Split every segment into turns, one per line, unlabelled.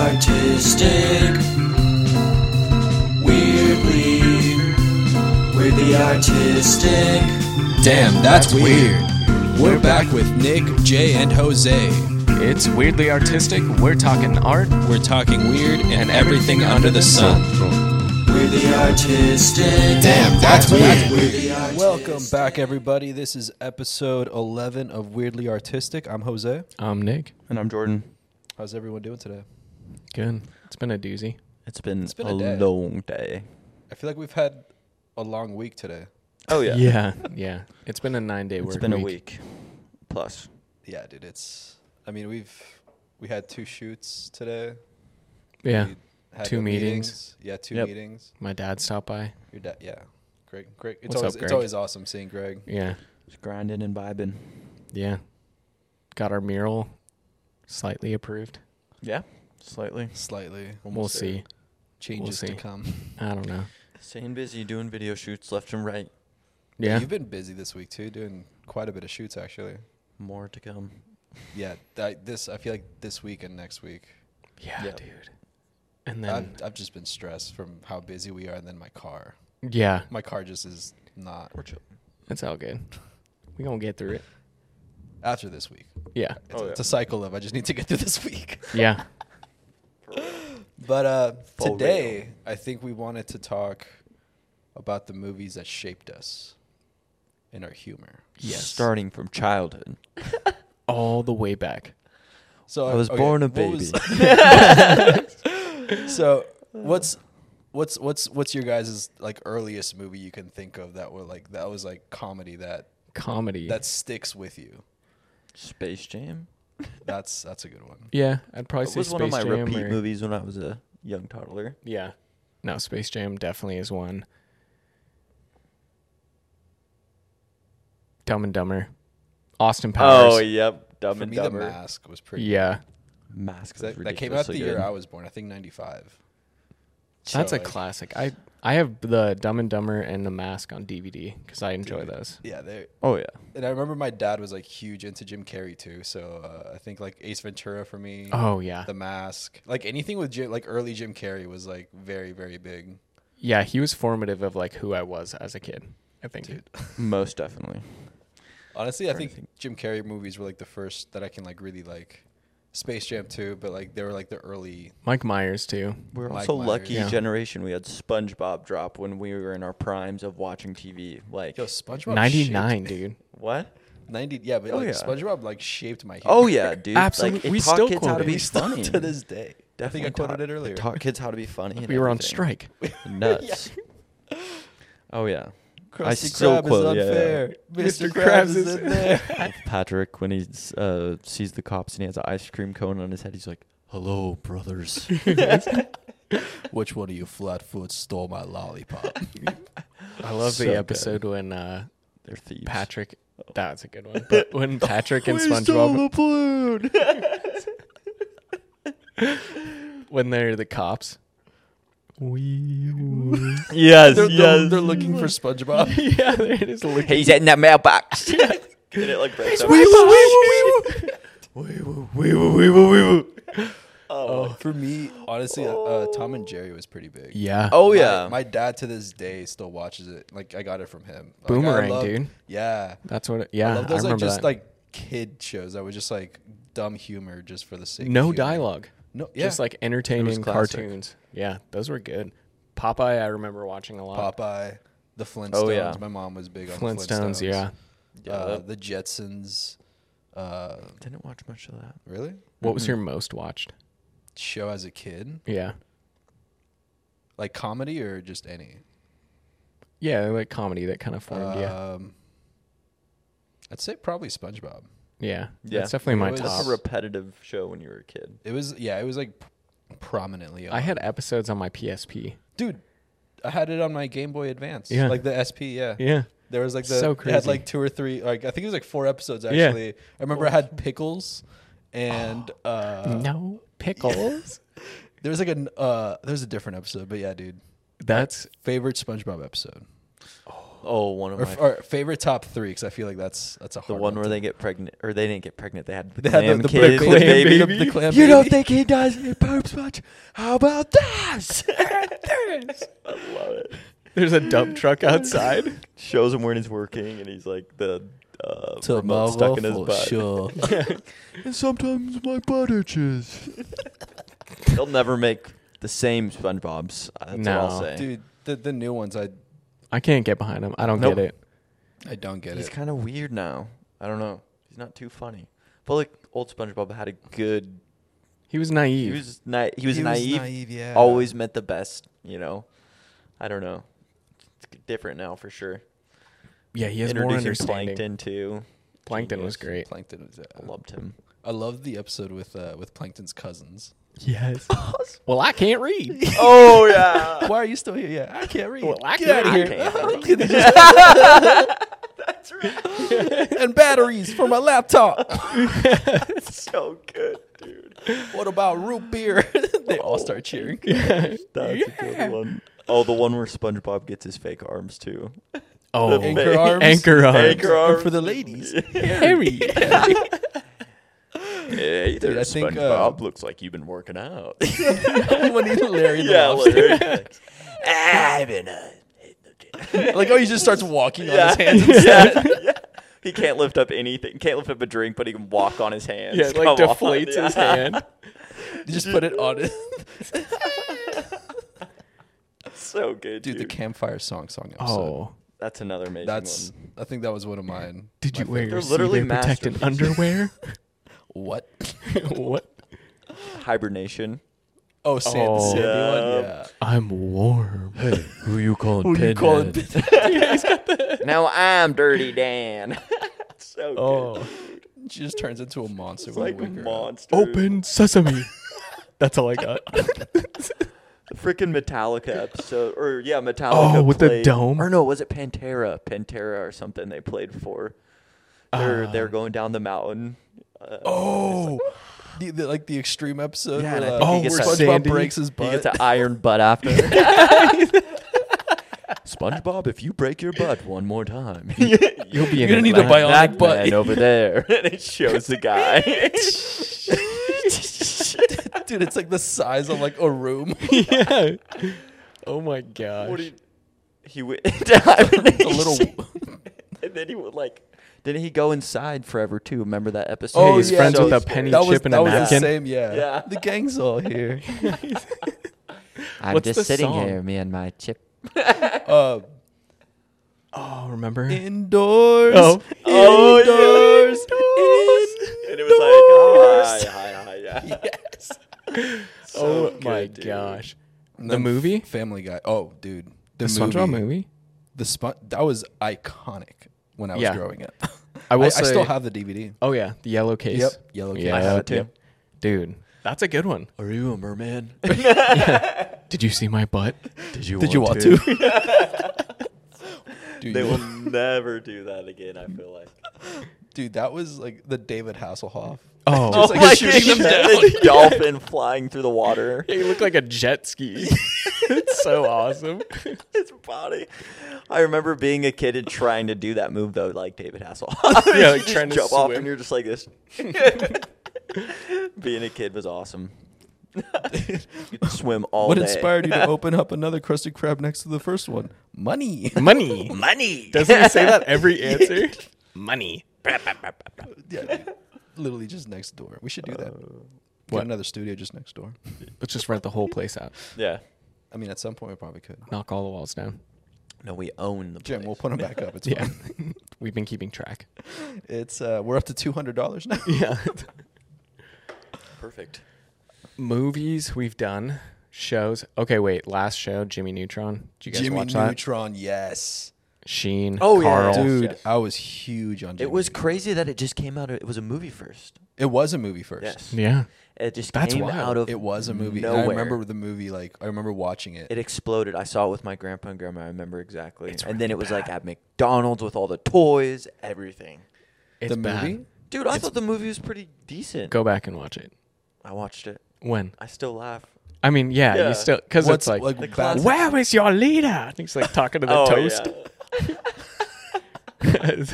artistic. Weirdly, weirdly artistic.
Damn, that's weird. We're back with Nick, Jay, and Jose.
It's weirdly artistic. We're talking art.
We're talking weird and, everything, under the sun.
Weirdly artistic.
Damn, that's weird.
Weirdly artistic.
Welcome back, everybody. This is episode 11 of Weirdly Artistic. I'm Jose.
I'm Um, Nick.
And I'm Jordan.
How's everyone doing today?
Good. It's been a doozy.
It's been,
been
a,
a day.
long day.
I feel like we've had a long week today.
Oh yeah.
Yeah. Yeah. It's been a nine day work.
It's been
week.
a week plus.
Yeah, dude. It's. I mean, we've we had two shoots today.
Yeah.
We had
Two
the
meetings.
Yeah, two
Yep.
meetings.
My dad stopped by.
Your dad. Yeah. Greg. Greg. It's
What's up,
always
Greg?
it's always awesome seeing Greg.
Yeah.
Just grinding and vibing.
Yeah. Got our mural slightly approved.
Yeah. Slightly.
Slightly.
We'll
Almost there.
see.
Changes
see.
to come.
I don't know.
Staying busy, doing video shoots left and right.
Yeah.
You've been busy this week too, doing quite a bit of shoots actually.
More to come.
Yeah. I, this I feel like this week and next week.
Yeah,
Yeah.
dude. And
I've,
then,
I've just been stressed from how busy we are, and then my car.
yeah,
My car just is not
We're chill.
it's all good. we going to get through it.
after this week.
Yeah.
It's,
Oh,
a,
yeah.
it's a cycle of I just need to get through this week.
Yeah.
But uh,
For
today, I think we wanted to talk about the movies that shaped us and our humor.
Yes.
Starting from childhood.
all the way back.
So
I was
okay,
born a
what was-
baby.
so what's what's what's what's your guys' like earliest movie you can think of that were like that was like comedy that
Comedy.
that sticks with you?
Space Jam.
That's that's a good one.
yeah. I'd probably
It
say
was
Space
one of my
Jam
repeat
or-
movies when I was a young toddler.
Yeah. No, Space Jam definitely is one. Dumb and Dumber. Austin Powers.
Oh yep. Dumb
For
and
me,
Dumber.
The Mask was pretty.
yeah.
Mask.
'Cause That, that came out the year I was born. I think '95.
That's
So,
a
like,
classic. I I have the Dumb and Dumber and the Mask on DVD cuz I enjoy those.
Yeah, they
Oh yeah.
and I remember my dad was like huge into Jim Carrey too. So uh, I think like Ace Ventura for me.
Oh yeah.
The Mask, like anything with Jim, like early Jim Carrey was like very very big.
Yeah, he was formative of like who I was as a kid. I think.
Most definitely.
Honestly, I think
to think.
Jim Carrey movies were like the first that I can like really like. Space Jam too, but like they were like the early.
Mike Myers too.
We're
Mike
also
Myers.
lucky
Yeah.
generation. We had SpongeBob drop when we were in our primes of watching TV. Like
Yo, SpongeBob.
99,
shaped-
dude.
what?
Ninety, yeah, but
Oh,
like
yeah.
SpongeBob like shaped my. Humor.
Oh yeah, dude.
Absolute-
Like, it
we
taught
still
kids how
quote
to
it.
be
We
funny
to this day. I think I quoted
taught-
it earlier.
Taught kids how to be funny. and
We were on
everything.
strike.
Nuts. Oh yeah.
Krusty
I still
Krab
quote, yeah.
is unfair. Mr.
Mr.
Krabs
Krabs
is
is-
in there.
Patrick, when he uh, sees the cops and he has an ice cream cone on his head, he's like, "Hello, brothers."
Which one of you flatfoots stole my lollipop?
I love
So
the
good.
episode when uh
They're thieves.
Patrick. That's a good one. But when Patrick and SpongeBob,
balloon.
when they're the cops, we
yes,
they're,
yes. Uh,
they're looking for SpongeBob.
yeah, they're just looking.
He's in that mailbox. Did it like break up?
Oh.
For me, honestly, uh, Tom and Jerry was pretty big.
Yeah.
Oh
My-
yeah.
my, dad to this day still watches it. Like I got it from him. Like, I
Boomerang,
love-
dude.
Yeah,
That's what. It, yeah, I,
I love those like
remember
just
that.
like kid shows that was just like dumb humor just for the sake. of
no
humor.
dialogue.
No, yeah.
Just like entertaining
classic.
cartoons. Yeah, those were good. Popeye, I remember watching a lot.
Popeye, the Flintstones.
Oh, yeah.
My mom was big on
Flintstones,
the Flintstones.
Yeah.
Uh, the Jetsons. Uh,
Didn't watch much of that.
really?
What was your most watched?
Show as a kid,
Yeah.
like comedy or just any?
Yeah, like comedy that kind of formed. yeah.
Um, I'd say probably SpongeBob.
Yeah.
Yeah.
That's definitely
It
my
was-
That's
top.
a repetitive show when you were a kid.
It was yeah, it was like prominently. On.
I had episodes on my PSP.
dude, I had it on my Game Boy Advance.
Yeah.
like the SP. Yeah,
Yeah.
There was like the
So
it had
crazy.
like two or three. Like I think it was like four episodes
Yeah.
actually. I remember I had pickles, and uh,
Oh. no pickles.
there was like an uh, there was a different episode, but yeah, dude,
That's
favorite SpongeBob episode.
Oh, one of
Or,
my
or favorite top three because I feel like that's that's a
the
hard
one
to-
where they get pregnant or they didn't get pregnant. They had the
They had
clam
the- the
kid,
clam
the
baby.
baby.
The clam
you don't
baby.
think he does his boobs much? How about this? I love it.
There's a dump truck outside.
Shows him when he's working, and he's like the uh,
To
remote stuck in his
Marvel
butt.
for sure.
And sometimes my butt itches. They'll never make the same SpongeBob's. That's what
No.
I'll say.
Dude, the, the new ones I
I can't get behind him. I don't
Nope.
get it.
I don't get
He's
it.
kind of weird now. I don't know. He's not too funny. But like old SpongeBob had a good.
He was naive.
He was na- He was
He was
naive.
naive, yeah.
Always meant the best. You know. I don't know. It's different now for sure.
yeah, he has more
Introducing
understanding. Plankton,
Plankton too.
was
Genius.
great.
Plankton is. uh,
I loved him.
I love the episode with uh, with Plankton's cousins.
Yes. well, I can't read.
oh yeah.
Why are you still here? Yeah, I can't read.
Well, I
Get out
can't-
of
I
here.
can't
They just- and batteries for my laptop.
so good, dude.
what about root beer? they all start cheering.
That's a good one. Oh, the one where SpongeBob gets his fake arms too.
Oh,
The
Anchor
fake-
arms.
anchor arms.
Anchor
And for
arms.
the ladies.
Harry.
Hey, there,
Dude, I think,
SpongeBob.
uh,
looks like you've been working out.
when he Larry the
yeah,
Lobster.
like, I've been. Uh,
Like, oh, he just starts walking on
yeah.
his hands.
yeah, yeah. He can't lift up anything. Can't lift up a drink, but he can walk on his hands.
yeah, it,
Come on.
like deflates his
Yeah.
hand.
They just put it on it.
so good, dude.
Dude, the campfire song song episode.
Oh.
That's another amazing
That's,
one.
I think that was one of mine.
Did you
My
wear
favorite.
They're
your
literally
literally protected underwear?
masterpieces.
What?
what?
Hibernation.
Oh, Sandy,
Oh.
Sandy
Yeah.
one? Yeah.
I'm warm.
Who you calling
Who you call it?
now I'm Dirty Dan. so good.
Oh.
She just turns into a monster.
It's
when you
like
wake her up.
monster.
Oh,
Open sesame. That's all I got.
The freaking Metallica episode, or yeah, Metallica.
Oh, with the
played-
dome?
Or no, was it Pantera? Pantera or something they played for. They're they're going down the mountain. Uh,
Oh, the, the, like the extreme episode.
Yeah,
where,
and I
uh,
think he
oh,
gets
where
a-
SpongeBob
Sandy.
breaks his butt.
He gets an iron butt after. SpongeBob, if you break your butt one more time, you'll be
You're gonna need a
Atlantic
bionic butt.
Batman over there. and it shows the guy.
Dude, it's like the size of like a room.
yeah. Oh my gosh.
What do you- he went into hibernation.
little-
and then he would like. Didn't he go inside forever too? Remember that episode?
Oh, he's friends with
So
a
he's-
penny
that
chip
was,
and
that
a
was the
napkin.
same. Yeah.
Yeah.
the gang's all here.
I'm
What's just the sitting song? here,
me and my chip.
Uh,
Oh, remember?
indoors.
Oh.
Oh,
indoors.
And it was like, hi, hi, hi, yeah.
Yes.
oh
good,
my
dude.
gosh.
And
The
then
movie?
Family Guy. Oh, dude, the,
The SpongeBob movie?
The spon- that was iconic when I was
Yeah.
growing up.
I will
I, I
say,
still have the DVD.
Oh yeah, the yellow case.
Yep, yellow case.
Yeah,
I have
it too.
yep. Dude, that's a good one.
Are you a merman?
Did you see my butt?
Did you
Did you want to? Dude,
They
you-
will never do that again, I feel like.
dude, that was like the David Hasselhoff.
Oh,
Just like
my
shooting them
gosh,
down.
the dolphin flying through the water.
he looked like a jet ski. it's so awesome.
His body. I remember being a kid and trying to do that move though, like David Hasselhoff.
Yeah, like
You just
trying to
jump off and
swim.
you're just like this. Being a kid was awesome. you could swim all
What
day.
inspired you to open up another crusted crab next to the first one? Money.
Money.
money?
Doesn't he say that every answer? Money.
yeah, dude. literally just next door. We should do
Uh,
that. Get
what?
another studio just next door.
Let's just rent the whole place out.
Yeah.
I mean, at some point we probably could.
Knock all the walls down.
No, we own the
Jim,
place.
we'll put them back up. It's
Yeah.
fine.
We've been keeping track.
It's uh, we're up to two hundred dollars now.
Yeah.
Perfect.
Movies we've done. Shows. Okay, wait. Last show, Jimmy Neutron. Did you guys
Jimmy
watch that?
Neutron, yes.
Sheen.
Oh, yeah,
Carl.
Yes,
Dude,
yes.
I was huge on. Jimmy
It was
Neutron.
crazy that it just came out. Of, it was a movie first.
It was a movie first.
Yeah.
It just
That's
came
wild.
out of
It was a movie. And
Nowhere.
I remember the movie. Like I remember watching it.
it exploded. I saw it with my grandpa and grandma. I remember exactly. and then it was like at McDonald's with all the toys, everything.
It's
the
bad.
movie.
Dude, I thought the movie was pretty decent.
Go back and watch it.
I watched it.
When?
I still laugh.
I mean, yeah,
Yeah.
you still because
What's
it's like,
The
bad-
classic- Oh,
where is your leader? And he's like talking to the toast.
yeah.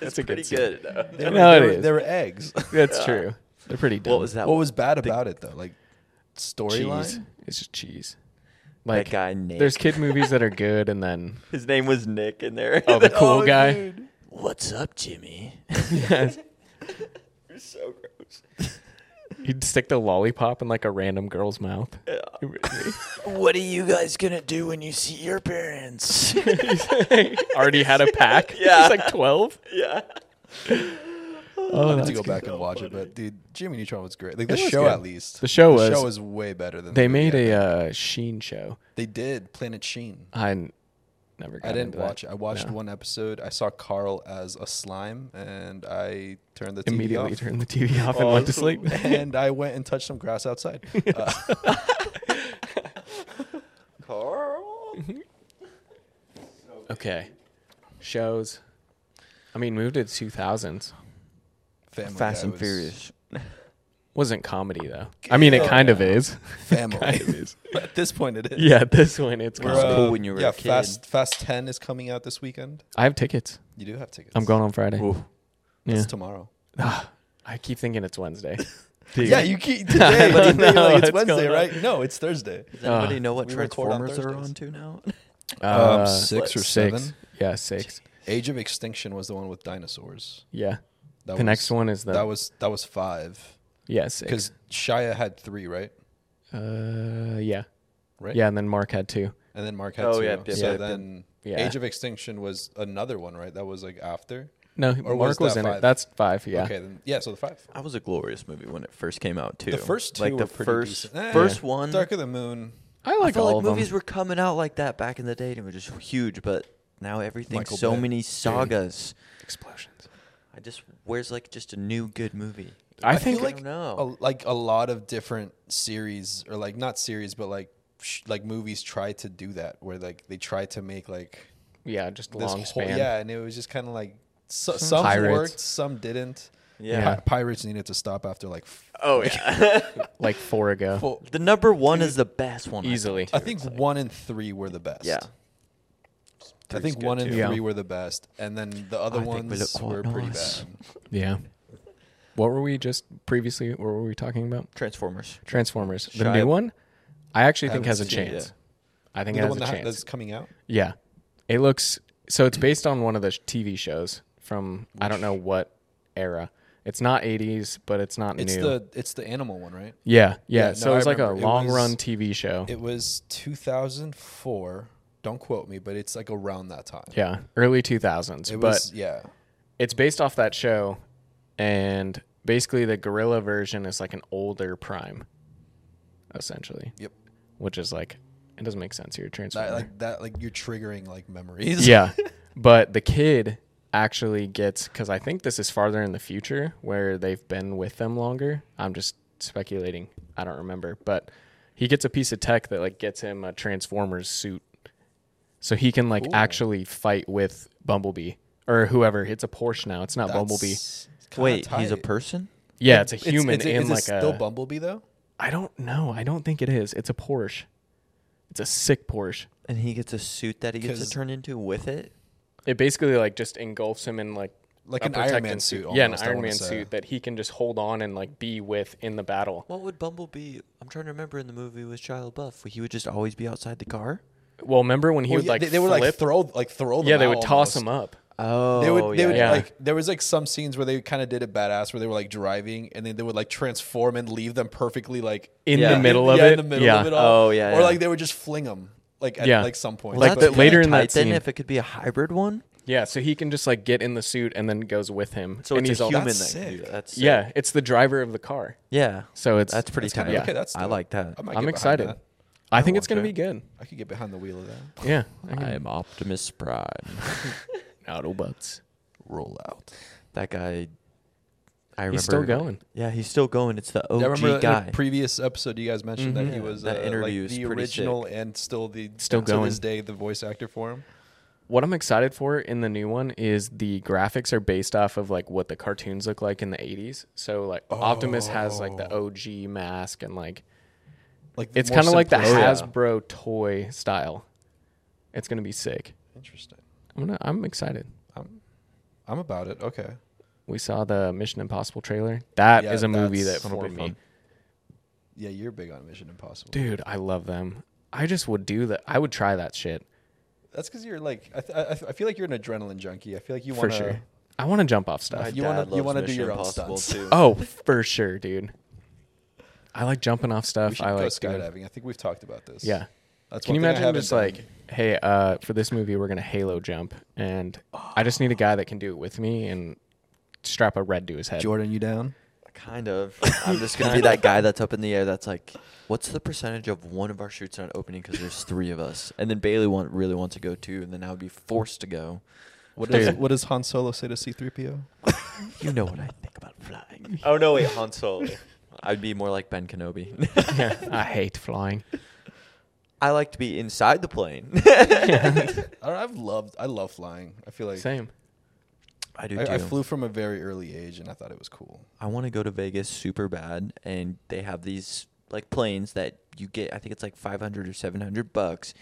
That's a
pretty
good. scene.
good. though.
They were,
No,
they
it
were-
is.
they were eggs.
That's true. They're pretty dumb.
What was that?
what was bad about it though? Like
Cheese.
storyline.
It's just cheese.
that
Like
guy Nick?
there's kid movies that are good, and then
His name was Nick in there.
oh, the cool guy.
What's up, Jimmy?
Yes.
You're so gross.
He'd stick the lollipop in like a random girl's mouth.
What are you guys gonna do when you see your parents?
Already had a pack.
Yeah.
He's like twelve.
yeah.
I
Oh,
need to
that's
go
good.
back and watch it, but dude, Jimmy Neutron was great. Like the
It was
show,
good.
at least
The show was-
The show was way better than
They
the movie,
made
I
a
think.
uh, Sheen show.
They did Planet Sheen.
I n- never. Got
I didn't
into that.
watch it. I watched
No.
one episode. I saw Carl as a slime, and I turned the TV
Immediately
off.
turned the TV off and
Oh,
went to sleep.
and I went and touched some grass outside. Uh,
Carl.
okay, shows. I mean, moved to two thousands.
Family Guy
Fast and
was-
Furious.
Wasn't comedy though. I mean, it kind of is.
Family.
Kind of is.
At this point, it is.
Yeah, this one it's
We're, uh,
comedy.
cool when you were a
yeah,
kid.
Fast Fast Ten is coming out this weekend.
I have tickets.
You do have tickets.
I'm going on Friday.
It's
Yeah.
tomorrow.
I keep thinking it's Wedday.
Yeah, you keep today. but you think, like,
what's
it's Wednesday,
going on.
right? No, it's Thursday.
Does anybody know what
Uh, we record on
Transformers are
Thursdays.
on to now?
Uh,
um, six or
six.
seven.
Yeah, six.
Age of Extinction was the one with dinosaurs.
Yeah.
That
the
was,
next one is the
That was that was five.
yeah six.
Because Shia had three, right?
Uh, yeah,
Right.
yeah, and then Mark had two.
And then Mark had
Oh,
two.
yeah, yeah,
So
yeah.
then
Yeah.
Age of Extinction was another one, right? That was like after.
No,
Or
Mark
was
was
that
in it.
five?
That's five. Yeah.
Okay. Then yeah. So the five.
That was a glorious movie when it first came out too.
The first two
like
were
the
pretty
first
decent. Eh,
first one.
Dark of the Moon.
I
I
like
felt
all
like
of
movies
them.
were coming out like that back in the day, and it was just huge. But now everything's
Michael
so
Bay.
many sagas.
explosions.
I just where's like just a new good movie.
I,
feel
think
I
like
don't know.
a, like a lot of different series or like not series but like sh- like movies try to do that where like they try to make like
yeah, just
this
long
whole
span.
yeah and it was just kind of like so, some
Pirates.
worked some didn't
yeah.
Pi- pirates needed to stop after like f-
Oh yeah.
like four ago.
Four-
the number one is the best one. I think,
Easily.
too.
I think one and three were the best
Yeah.
I think one and
too. Yeah.
three were the best and then the other
I think we
ones
look quite
were pretty
nice.
bad
Yeah. What were we just previously? What were we talking about?
Transformers.
Transformers, the
Shy-
new one. I actually think
Haven't
has a
seen it
chance.
yet.
I think
the
it has
one
a
that ha-
chance.
that's coming out
Yeah. It looks so it's based on one of the sh- TV shows from I don't know what era. It's not 80s, but it's not
it's
new.
the it's the animal one right
yeah, yeah.
Yeah, no,
so
I
it was like a
remember. It
long run
was-
TV show.
it was 2004 don't quote me but it's like around that time
yeah, early 2000s.
it
but
was yeah
it's based off that show and basically the gorilla version is like an older prime essentially,
yep
which is like it doesn't make sense here transformer.
That, like that, like you're triggering like memories.
yeah. But the kid actually gets because I think this is farther in the future where they've been with them longer. I'm just speculating. I don't remember, but he gets a piece of tech that like gets him a Transformers suit, so he can like actually fight with Bumblebee or whoever. It's a Porsche now. It's not Bumblebee.
That's kinda
Wait, he's a
tight.
person.
Yeah, it's a
It's-
human
it's-
in
is it
like a.
still Bumblebee though.
I don't know. I don't think it is. It's a Porsche. It's a sick Porsche.
And he gets a suit that he gets to
'Cause-
turn into with it.
It basically like just engulfs him in like
Like
a
an Iron
protectant
Man suit
yeah, an
almost, I
Iron
wanna
Man
say.
suit that he can just hold on and like be with in the battle.
What would Bumblebee? I'm trying to remember in the movie with Shia LaBeouf. He would just always be outside the car.
Well, remember when he
Well,
would
yeah,
like
they, they would like
flip?
throw like throw them.
yeah, they
out
would
almost.
toss him up.
Oh,
They would, they would
yeah.
like. There was like some scenes where they kind of did it badass, where they were like driving, and then they would like transform and leave them perfectly like
In
Yeah.
the middle of
yeah,
it.
in the middle
yeah.
of it all.
Oh, yeah,
or
yeah.
like they would just fling them like at
Yeah.
like some point.
Like
Well,
the-
that's
later
kinda
in that
tight then,
scene-
if it could be a hybrid one.
Yeah, so he can just like get in the suit and then goes with him.
So
and
it's
he's
a
all,
human
that's
that can do
sick.
that. That's sick.
Yeah, it's the driver of the car.
yeah.
So it's
That's pretty tight.
kinda- okay, that's
I
dope.
like that.
I might get
I'm
behind
excited.
that.
I, think it's
watch
gonna
it.
be good.
I could get behind the wheel of that.
Yeah.
I am Optimus Prime.
Autobots.
Roll out.
that guy. I remember.
He's still going.
Yeah, he's still going. It's the
Yeah, I
OG
remember in
guy.
a previous episode you guys mentioned that he
Mm-hmm.
Yeah,
was
that
uh,
interview
like
is
the
pretty
original and still the
Still
to
going.
this day the voice actor for him.
What I'm excited for in the new one is the graphics are based off of like what the cartoons look like in the 80s. So like Optimus has like the
Oh.
OG mask and like
Like
it's
more Oh,
kind of like the
simplistic.
Hasbro toy style. It's gonna be sick.
Interesting.
I'm gonna, I'm excited.
Um, I'm about it. Okay.
We saw the Mission Impossible trailer. That is
Yeah,
a movie that
that's-
That'll be
for me.
fun.
Yeah, you're big on Mission Impossible.
Dude, I love them. I just would do that. I would try that shit
That's because you're like I, th- I, I feel like you're an adrenaline junkie. I feel like you
for
want to.
sure. I want to jump off stuff.
you want to
Dad
you
loves
want to do
Mission
your own
Impossible
stunts.
too.
oh, for sure, dude. I like jumping off
We
stuff.
should
I
go
like doing-
skydiving. I think we've talked about this.
Yeah.
That's
Can
one
you
thing I
imagine
haven't
just
done.
like, hey, uh, for this movie, we're gonna Halo jump, and I just need a guy that can do it with me and strap a red to his head.
Jordan, you down?
Kind of. I'm just gonna be that guy that's up in the air. That's like, what's the percentage of one of our shoots not opening because there's three of us, and then Bailey want, really wants to go too, and then I would be forced to go.
What
Dude.
does what does Han Solo say to C-3PO?
You know what I think about flying. Oh no, wait, Han Solo. I'd be more like Ben Kenobi.
Yeah, I hate flying.
I like to be inside the plane.
I don't, I've loved I love flying. I feel like
Same.
I do too.
I, I flew from a very early age and I thought it was cool.
I want to go to Vegas super bad, and they have these like planes that you get. I think it's like five hundred or seven hundred bucks.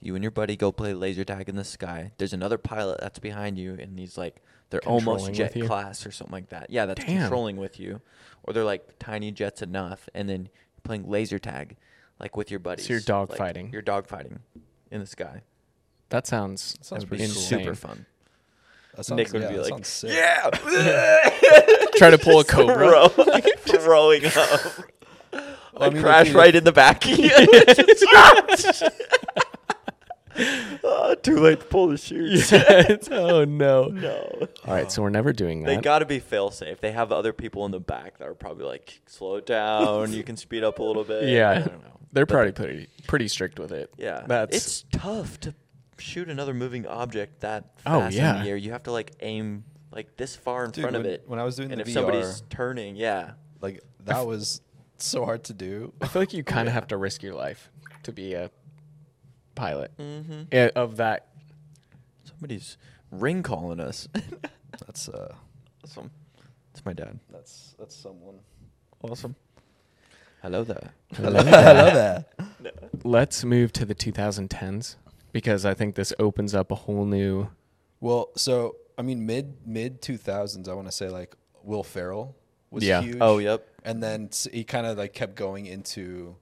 You and your buddy go play laser tag in the sky. There's another pilot that's behind you, and he's like they're
Controlling
almost
with
jet
you?
class or something like that. Yeah, that's
Damn.
controlling with you, or they're like tiny jets enough, and then you're playing laser tag, like with your buddies.
you're dog
Like,
fighting.
You're dog fighting in the sky.
That sounds,
sounds
It'd be
pretty cool.
insane.
super fun.
That
Nick would be
that
like,
sounds sick.
Try to pull a cobra.
Bro, throwing up.
Well, I mean, if
crash
you-
right in the back. Ah, too late to pull the chute.
oh no.
No.
All right, so we're never doing
They
that.
got to be fail safe. They have other people in the back that are probably like, slow it down. You can speed up a little bit.
yeah,
I don't know.
They're
But
probably pretty pretty strict with it.
yeah.
that's
It's tough to shoot another moving object that
Oh,
fast in
yeah.
the air. You have to like aim like this far in
Dude,
front of
when-
it.
when I was doing
and
the
if somebody's
VR
turning, yeah.
like that was so hard to do.
I feel like you kind of have to risk your life to be a pilot
Mm-hmm.
Eh, of that.
Somebody's ring calling us.
That's uh
awesome. It's my dad.
that's that's someone.
Awesome. Hello there.
Hello there.
Let's move to the 2010s because I think this opens up a whole new.
Well, so I mean, mid mid two thousands, I want to say like Will Ferrell was
Yeah.
huge.
Oh, yep.
And then s- he kind of like kept going into.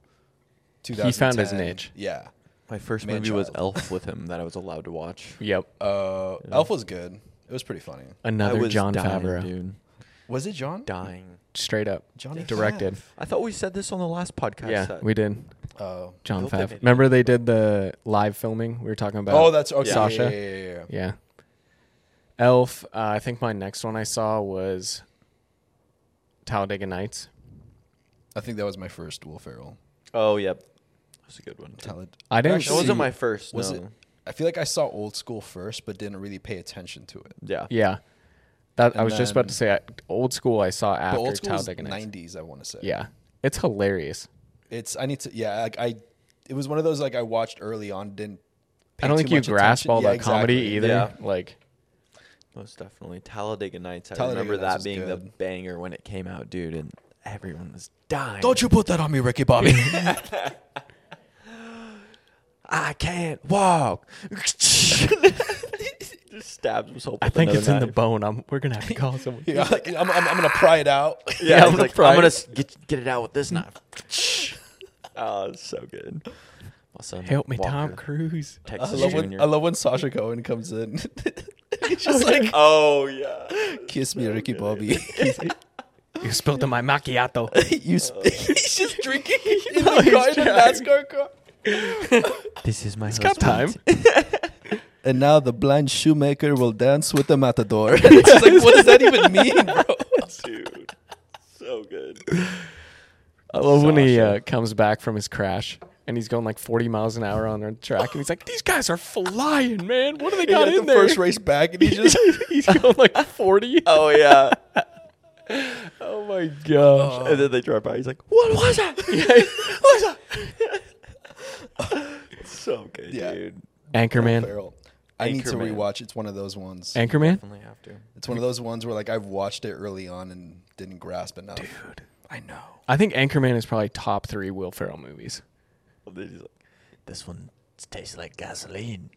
2010.
He found his niche.
Yeah.
My first
Man
movie was
child.
Elf with him that I was allowed to watch.
Yep,
Uh, Elf was good. It was pretty funny.
I
another
was
John
dying,
Favreau,
dude.
Was it John?
Dying.
straight up
Johnny
directed.
Fav.
I thought we said this on the last podcast.
Yeah,
that-
we did.
Oh.
John
hope they
Favreau.
made it
Remember they did the live filming we were talking about?
Oh, that's okay.
Sasha.
Yeah, yeah, yeah, yeah, yeah.
Yeah. Elf. Uh, I think my next one I saw was Talladega Nights.
I think that was my first Will Ferrell.
Oh, yep. That's a good one. That
Talent.
I didn't.
Actually,
see-
wasn't my first.
Was
no.
it? I feel like I saw Old School first, but didn't really pay attention to it.
Yeah.
Yeah, that I
And
was just about
then-
to say. I, old school. I saw
But
after
Old School was
Talladega Nights.
nineties, I want to say.
Yeah, it's hilarious.
It's. I need to. Yeah. Like I. It was one of those like I watched early on. Didn't. Pay
I don't
too
think you
much
grasp
attention.
all
Yeah,
the
exactly.
comedy either.
Yeah.
Like,
Most definitely. Talladega Nights. I
Talladega
remember
Nights
that
was
being the
good.
banger when it came out, dude, and everyone was dying.
Don't you put that on me, Ricky Bobby.
I can't walk. Just stabbed himself.
I
with
think
another
it's in the
knife.
bone. I'm, we're gonna have to call someone.
yeah, I'm, I'm, I'm gonna pry it out.
Yeah,
Yeah,
I'm,
I'm
like,
surprised.
I'm gonna s- get get it out with this knife. oh, it's so good. My son
Help me, Tom
Walker,
Cruise.
I
Texas
love when
Junior.
I love when Sasha Cohen comes in. He's just like,
oh yeah.
kiss me, Ricky Bobby.
You spilled in my macchiato.
you sp- he's just drinking in the car, in the NASCAR car.
This is my. It's
Got time.
And now the blind shoemaker will dance with the matador. it's like, what does that even mean, bro?
dude. So good.
I love when he uh, comes back from his crash and he's going like 40 miles an hour on a track and he's like, "These guys are flying, man. What do they
He
got
got
in
the
there?"
first race back, and he just
he's going like 40.
Oh yeah.
Oh my gosh.
and then they drive by. He's like, "What was that?
What's up?
so good,
Yeah.
dude."
Anchorman.
Feral. I need to
Anchorman.
rewatch. It's one of those ones.
Anchorman.
Definitely have to.
It's one of those ones where like I've watched it early on and didn't grasp enough. Dude, I know.
I think Anchorman is probably top three Will Ferrell movies.
And then he's like, "This one tastes like gasoline."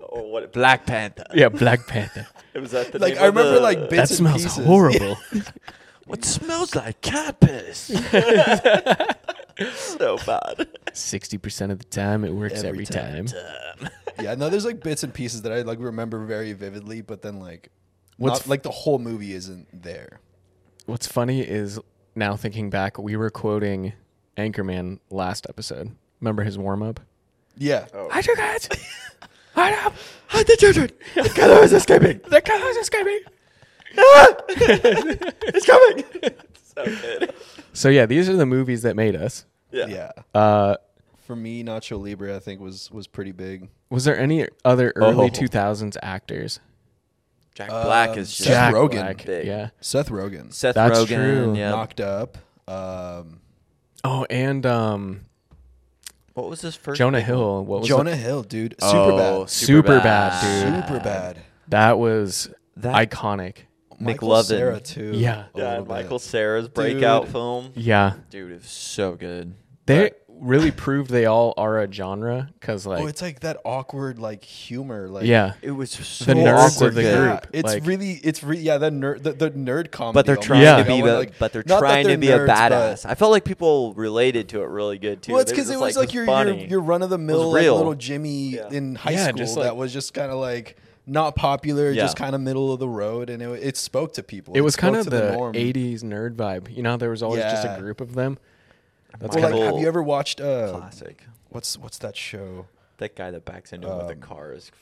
or what? Black Panther.
yeah, Black Panther.
It was that the
Like
name
I
of
remember
the-
like bits
that
and
smells
pieces.
horrible.
what smells like cat piss. so bad.
Sixty percent of the time, it works every, time.
Yeah, no, there's like bits and pieces that I like remember very vividly, but then like,
What's
not- like the whole movie isn't there.
What's funny is now thinking back, we were quoting Anchorman last episode. Remember his warm up?
Yeah,
I took it. I know. Hide the children. The color is escaping. Ah! The color is escaping.
It's coming. so good.
So yeah, these are the movies that made us.
Yeah.
yeah.
Uh,
For me, Nacho Libre, I think was was pretty big.
was there any other early
Oh.
two thousands actors?
Jack Black is just
Seth Jack- Rogen.
Big.
Yeah.
Seth Rogen,
Seth
That's
Rogen.
true.
Yeah.
knocked up. Um,
Oh, and um,
What was his first?
Jonah
big one?
Hill. What was
Jonah Hill, dude, super
Oh,
bad,
Super
Superbad.
bad, dude.
super bad.
That was
That-
iconic.
Michael
McLovin.
Sarah too.
Yeah.
a
Yeah,
little
Michael
bit.
Sarah's breakout
Dude.
film.
Yeah,
Dude, it was so good.
they really proved they all are a genre because like,
Oh, it's like that awkward like humor. Like
yeah,
It was so
The nerds
awkward
of the
good.
group.
Yeah, it's
like-
really, it's really, yeah, the nerd, the, the nerd comedy.
But they're
element.
trying
Yeah.
to be,
That one,
a,
like-
but they're
not that
trying to
they're
be a
nerds, but-
badass. I felt like people related to it really good too.
Well, it's
They were
because
just
it was like,
this
your, your
funny.
your run of the mill
was
like,
real.
little Jimmy
Yeah.
in high
Yeah,
school
just like-
that was just kind of like not popular,
Yeah.
just kind of middle of the road, and it, it spoke to people.
it was
spoke
kind of
to
the,
norm.
'80s nerd vibe. You know, how there was always just
Yeah.
a group of them. That's
Well,
kind
like,
of
Michael-
have you ever watched uh,
classic.
what's what's that show?
That guy that backs into him with
Um,
the car is.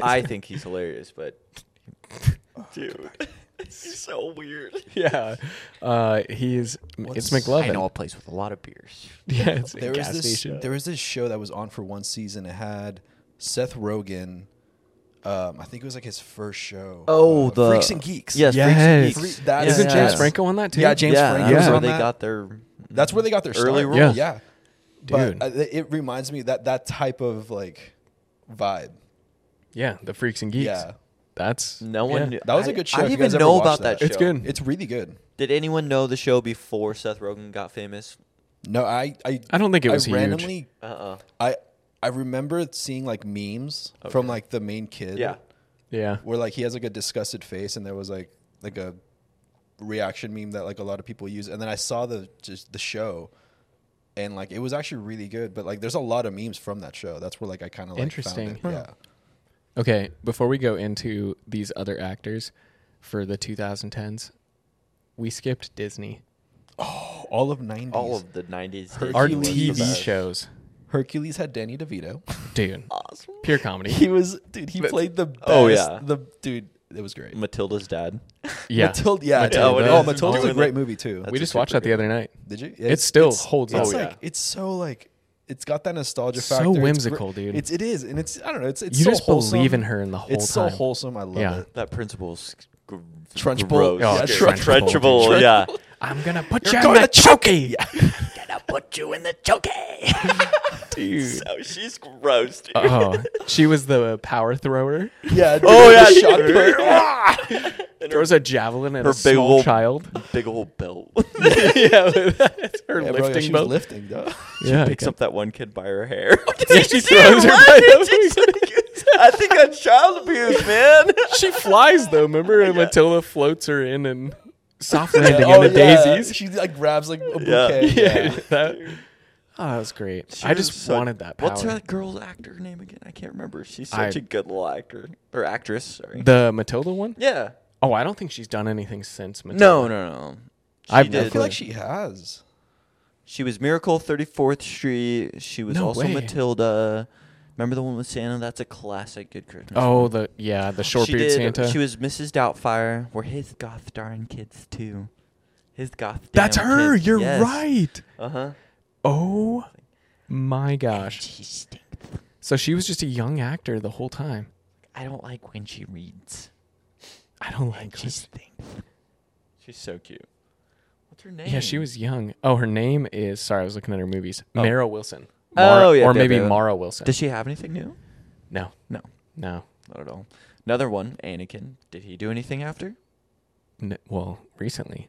I think he's hilarious, but
Oh,
dude, he's so weird.
yeah. Uh, he's it's
What's-
McLovin.
I know a place with a lot of beers.
Yeah, it's a
There was
gas
this
station.
there was this show that was on for one season. It had Seth Rogen. Um, I think it was like his first show.
Oh,
uh,
the
Freaks and Geeks.
Yes,
Yes.
Freaks
Freak-
and Geeks.
that
Isn't
yeah.
James
Yes.
Franco on that too?
Yeah, James
yeah,
Franco
that's
was
where
on
they
that.
got their.
That's where they got their
Early
start.
role.
Yeah.
Dude.
But uh, it reminds me that that type of like vibe.
yeah, the freaks and geeks.
Yeah.
That's
No one.
yeah.
Knew,
That was
a
a good show.
I
If
didn't
you guys
even
ever
know
watched
about that.
that.
show.
It's good.
It's really good.
Did anyone know the show before Seth Rogen got famous?
No, I I,
I don't think it was
I
huge.
randomly
Uh uh
I I remember seeing like memes from like the main kid.
Yeah.
Yeah.
Where like he has like a disgusted face and there was like like a reaction meme that like a lot of people use and then I saw the just the show and like it was actually really good but like there's a lot of memes from that show. That's where like I kind of like
Interesting.
Found it.
Okay, before we go into these other actors for the 2010s, we skipped Disney.
Yeah. All of 90s.
All of the '90s.
Her-
Disney
Our
He
was the
TV
best.
shows,
Hercules had Danny DeVito.
dude.
Awesome.
Pure comedy.
He was dude. He played the best.
Oh, yeah.
the dude. It was great.
Matilda's dad.
Yeah.
Matilda. Yeah,
Matilda.
Matilda.
Yeah,
Oh,
what is
Matilda's a
doing
great
that?
movie too.
we
a
just watched that the
superhero.
other night.
Did you?
It still holds
it's
up.
Like, It's so like it's got that nostalgia
So
factor. It's gr-
whimsical, dude.
It's it is, and it's I don't know. It's it's
You
so
just believe
wholesome.
in her in the whole
It's
time.
so wholesome. I love
Yeah.
it.
That principal's. Gr-
Trunchbull.
gross.
Oh,
Yeah,
Trunchbull.
Trunchbull, Yeah.
I'm gonna put you
You're
in
going
the
to
chokey.
Gonna put you in the choke.
Dude.
so she's gross, dude.
Oh, she was the power thrower.
Yeah. dude,
Oh
the
yeah,
shot
shot
put-
Throws a javelin at
her
a
big
small
old-
child.
Big old belt.
yeah, it's her
Yeah, bro, yeah,
lifting
she was
boat.
lifting though.
yeah,
Picks up that one kid by her hair.
Yeah, she throws her by the
I think that's child abuse, man.
She flies though. Remember, and Matilda floats her in and soft landing
oh,
in the
yeah.
daisies.
She like grabs like a
Yeah.
bouquet.
Yeah, that, oh, that was great. I just
She was so-
wanted that power.
What's that girl's actor name again? I can't remember. She's
I-
such a good little actor or actress. Sorry.
The Matilda one?
yeah.
Oh, I don't think she's done anything since Matilda.
No, no, no. She
I've
did.
I feel like she has.
She was Miracle 34th Street. She was
No
also
way.
Matilda. Remember the one with Santa? That's a classic. Good Christmas.
Oh, the yeah, the short
she
beard
did-
Santa.
She was Mrs. Doubtfire. We're his goth darn kids too. His goth.
That's
damn
her.
kids.
You're
Yes.
right.
Uh huh.
Oh my gosh.
She stinks.
So she was just a young actor the whole time.
I don't like when she reads.
I don't like. her.
stinks. She's so cute. What's her name?
Yeah, she was young. Oh, her name is. Sorry, I was looking at her movies. Mara Wilson.
Oh, yeah,
or
yeah,
maybe
yeah.
Mara Wilson.
Does she have anything new?
no,
No,
no.
not at all. Another one, Anakin. Did he do anything after?
N- well, recently.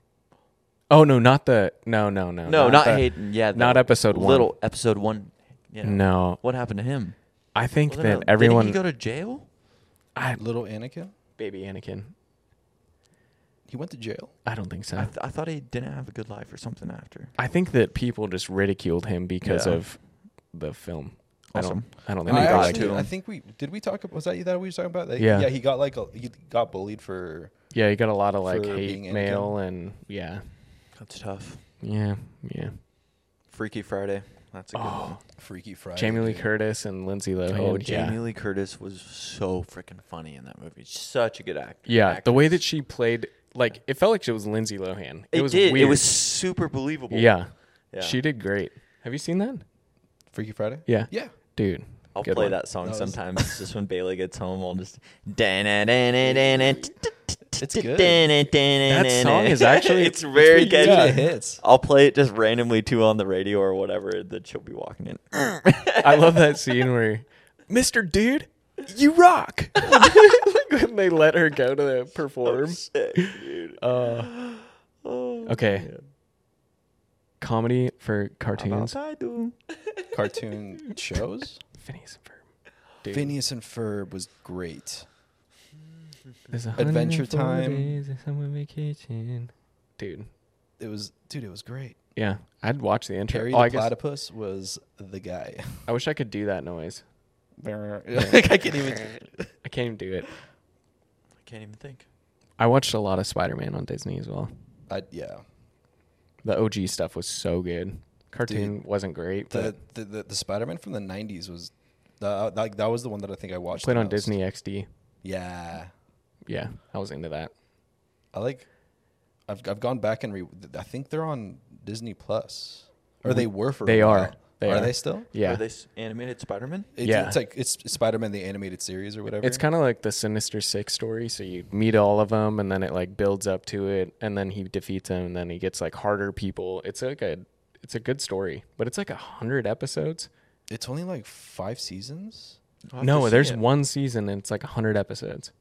Oh no, not the no, no, no.
No, not,
the-
Hayden. Yeah, the
not episode one.
Little episode one. Yeah.
No,
What happened to him?
I think
Wasn't
that
it-
everyone.
Didn't he um, go to jail?
I
Little Anakin,
baby Anakin.
he went to jail.
I don't think so.
I, th- I thought he didn't have a good life or something after.
I think that people just ridiculed him because
Yeah.
of the film.
Awesome.
I don't, I don't think
And
I,
Oh, he got
died
it.
actually-
too.
I think we did. We talk about was that you that we were talking about? Like,
Yeah.
yeah, he got like a, he got bullied for
Yeah, he got a lot of like
For
hate
being Anakin.
mail and yeah,
That's tough.
yeah, yeah.
Freaky Friday. That's a good
Oh,
one.
Freaky Friday.
Jamie Lee
dude.
Curtis and Lindsay Lohan.
Oh,
yeah.
Jamie Lee Curtis was so freaking funny in that movie. She's Such a good actor.
Yeah, the way that she played, like it felt like she was Lindsay Lohan. It,
it,
was
did.
weird.
It was super believable.
yeah.
Yeah.
she did great. Have you seen that?
Freaky Friday.
Yeah,
Yeah.
dude.
I'll
good
play
one.
that song
That was-
sometimes. It's just when Bailey gets home, I'll just. It's
good.
That
That song is actually-
it's very
it's pretty
catchy.
good.
It hits.
I'll play it just randomly too on the radio or whatever, and then she'll be walking in.
I love that scene where, Mister Dude, you rock. Oh, when they let her go to the perform.
Shit, dude.
Uh, okay. Comedy for cartoons.
Cartoon shows.
Phineas and Ferb. Dude,
Phineas and Ferb was great.
there's a
Adventure
104
Time.
days of summer vacation. Dude,
It was, dude. It was great.
yeah, I'd watch the intro.
Harry
Oh, I,
the
guess-
Platypus was the guy.
I wish I could do that noise.
like I can't even.
I can't even do it.
I can't even think.
I watched a lot of Spider-Man on Disney as well.
I, yeah.
The OG stuff was so good. Cartoon wasn't great,
The
but
the the, the Spider Man from the '90s was. Uh, that, that was the one that I think I watched.
played
the
on
most.
Disney XD.
Yeah,
Yeah, I was into that.
I like. I've I've gone back and re. I think they're on Disney Plus, or they were for. a
They
while.
are. They are.
they still?
Yeah,
Are they s- animated Spider Man?
It's,
Yeah.
it's like it's Spider Man the animated series or whatever.
It's kind of like the Sinister Six story. So you meet all of them, and then it like builds up to it, and then he defeats them, and then he gets like harder people. It's like a, it's a good story, but it's like a hundred episodes.
It's only like five seasons.
No, there's one season, and it's like a hundred episodes.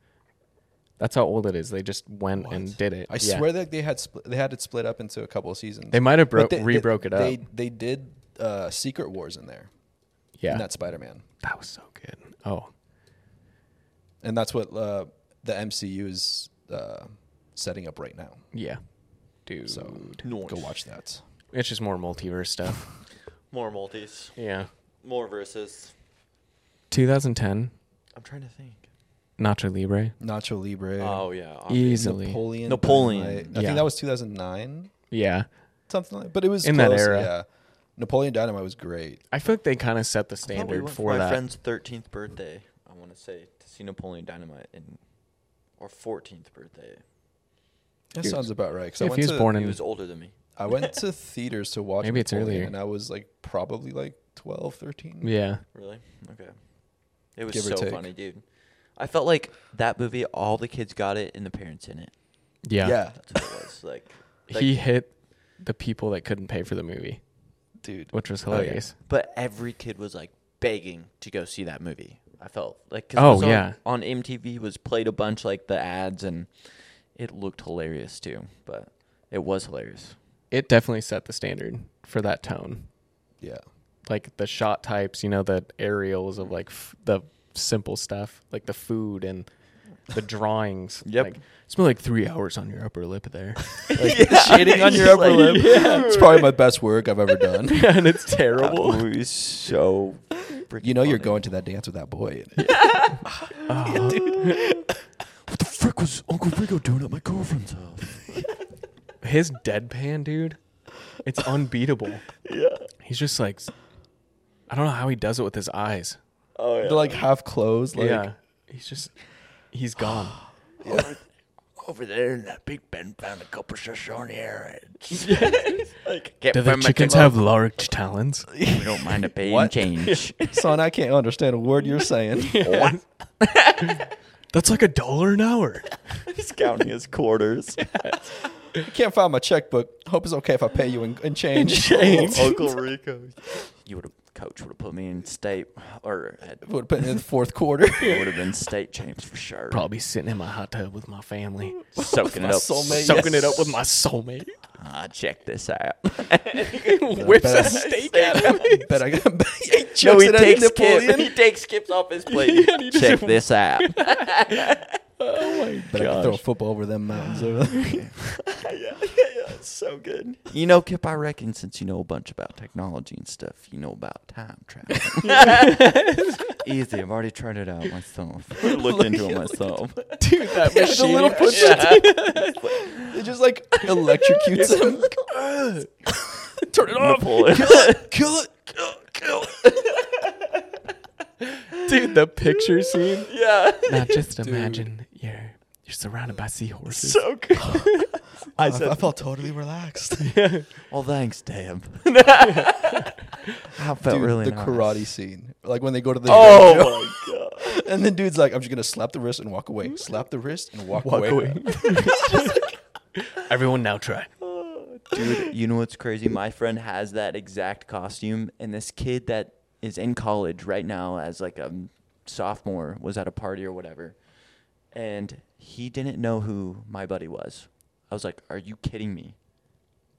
That's how old it is. They just went and did it.
I swear that they had split, they had it split up into a couple of seasons.
They might have bro-
But they-
re-broke
they,
it up.
They they did uh, Secret Wars in there.
yeah,
In that Spider Man,
that was so good. Oh,
and that's what uh, the MCU is uh, setting up right now.
yeah, dude.
So go watch that.
It's just more multiverse stuff.
More multis.
yeah,
More verses.
2010,
I'm trying to think.
Nacho Libre.
Nacho Libre.
Oh yeah. obvi-
Easily,
Napoleon.
Napoleon.
Dynamite. I
Yeah.
think that was 2009,
yeah.
something like. But it was
In that
close,
era.
Yeah. Napoleon Dynamite was great.
I feel like they kind of set the
I thought we
standard
went
for
my
that.
friend's 13th birthday. I want to say to see Napoleon Dynamite in or 14th birthday.
That
Dude.
sounds about right. 'cause I
if
went
he was
to-
born
He
in
was older than me.
I went to theaters to watch.
Maybe it's
Napoleon,
earlier.
and I was like probably like 12, 13.
yeah,
Really? Okay. It was
Give or
so
take.
funny, dude. I felt like that movie. All the kids got it, and the parents in it.
yeah,
yeah,
That's what it was like. like
He hit the people that couldn't pay for the movie,
dude.
which was
Oh, yeah.
hilarious.
But every kid was like begging to go see that movie. I felt like 'cause it
Oh,
was on-
yeah.
on MTV was played a bunch like the ads and it looked hilarious too. But it was hilarious.
It definitely set the standard for that tone,
Yeah.
like the shot types, you know, the aerials of like f- the simple stuff, like the food and the drawings.
Yep.
like, it's been like three hours on your upper lip there,
Shitting on your upper lip.
It's probably my best work I've ever done.
and it's
That
terrible.
movie is so. freaking
You know you're
funny.
going to that dance with that boy.
What the frick was Uncle Rico doing at my girlfriend's house?
His deadpan, dude, it's unbeatable. yeah, he's just like, s- I don't know how he does it with his eyes.
Oh yeah.
They're like half closed. Like,
yeah, he's just, he's gone.
over, over there in that Big Ben found a couple Shoshone arrowheads. like, get
Do the
from my
chickens
table.
have large talons?
We don't mind a paying
What?
change.
son, I can't understand a word you're saying.
What?
That's like a dollar an hour.
He's counting his quarters.
I can't find my checkbook. Hope it's okay if I pay you in, in change. Oh,
Uncle Rico. You would have coach would have put me in state or had,
oh, Would have put in the fourth quarter.
would have been state champs for sure.
Probably sitting in my hot tub with my family,
soaking it
my
up,
soulmate,
soaking it up with my soulmate.
Ah, check this out.
Whips a steak at him.
Bet I got. he
no,
chucks
he
it at
takes Kip.
Napoleon.
He takes Kip's off his plate.
Yeah, and he just-
check this out.
Bet I can throw a football over them mountains. Over there.
so good. You know, Kip, I reckon since you know a bunch about technology and stuff, you know about time travel. Easy, I've already tried it out myself. Looked into it myself.
Dude, that
the
machine.
little push. It just like electrocutes him. Turn it off.
Napoleon.
Kill it.
Dude, the picture scene.
yeah.
Now just imagine you're you're surrounded by seahorses.
So good.
I, I felt totally relaxed.
Well, thanks, Deb. I felt
Dude,
really
the
nice.
karate scene, like when they go to the
Oh
dojo.
my god.
and then dude's like, "I'm just gonna slap the wrist and walk away. Slap the wrist and walk, away.
Everyone now try.
Dude, you know what's crazy? My friend has that exact costume, and this kid that is in college right now as like a sophomore was at a party or whatever, and he didn't know who my buddy was. I was like, "Are you kidding me?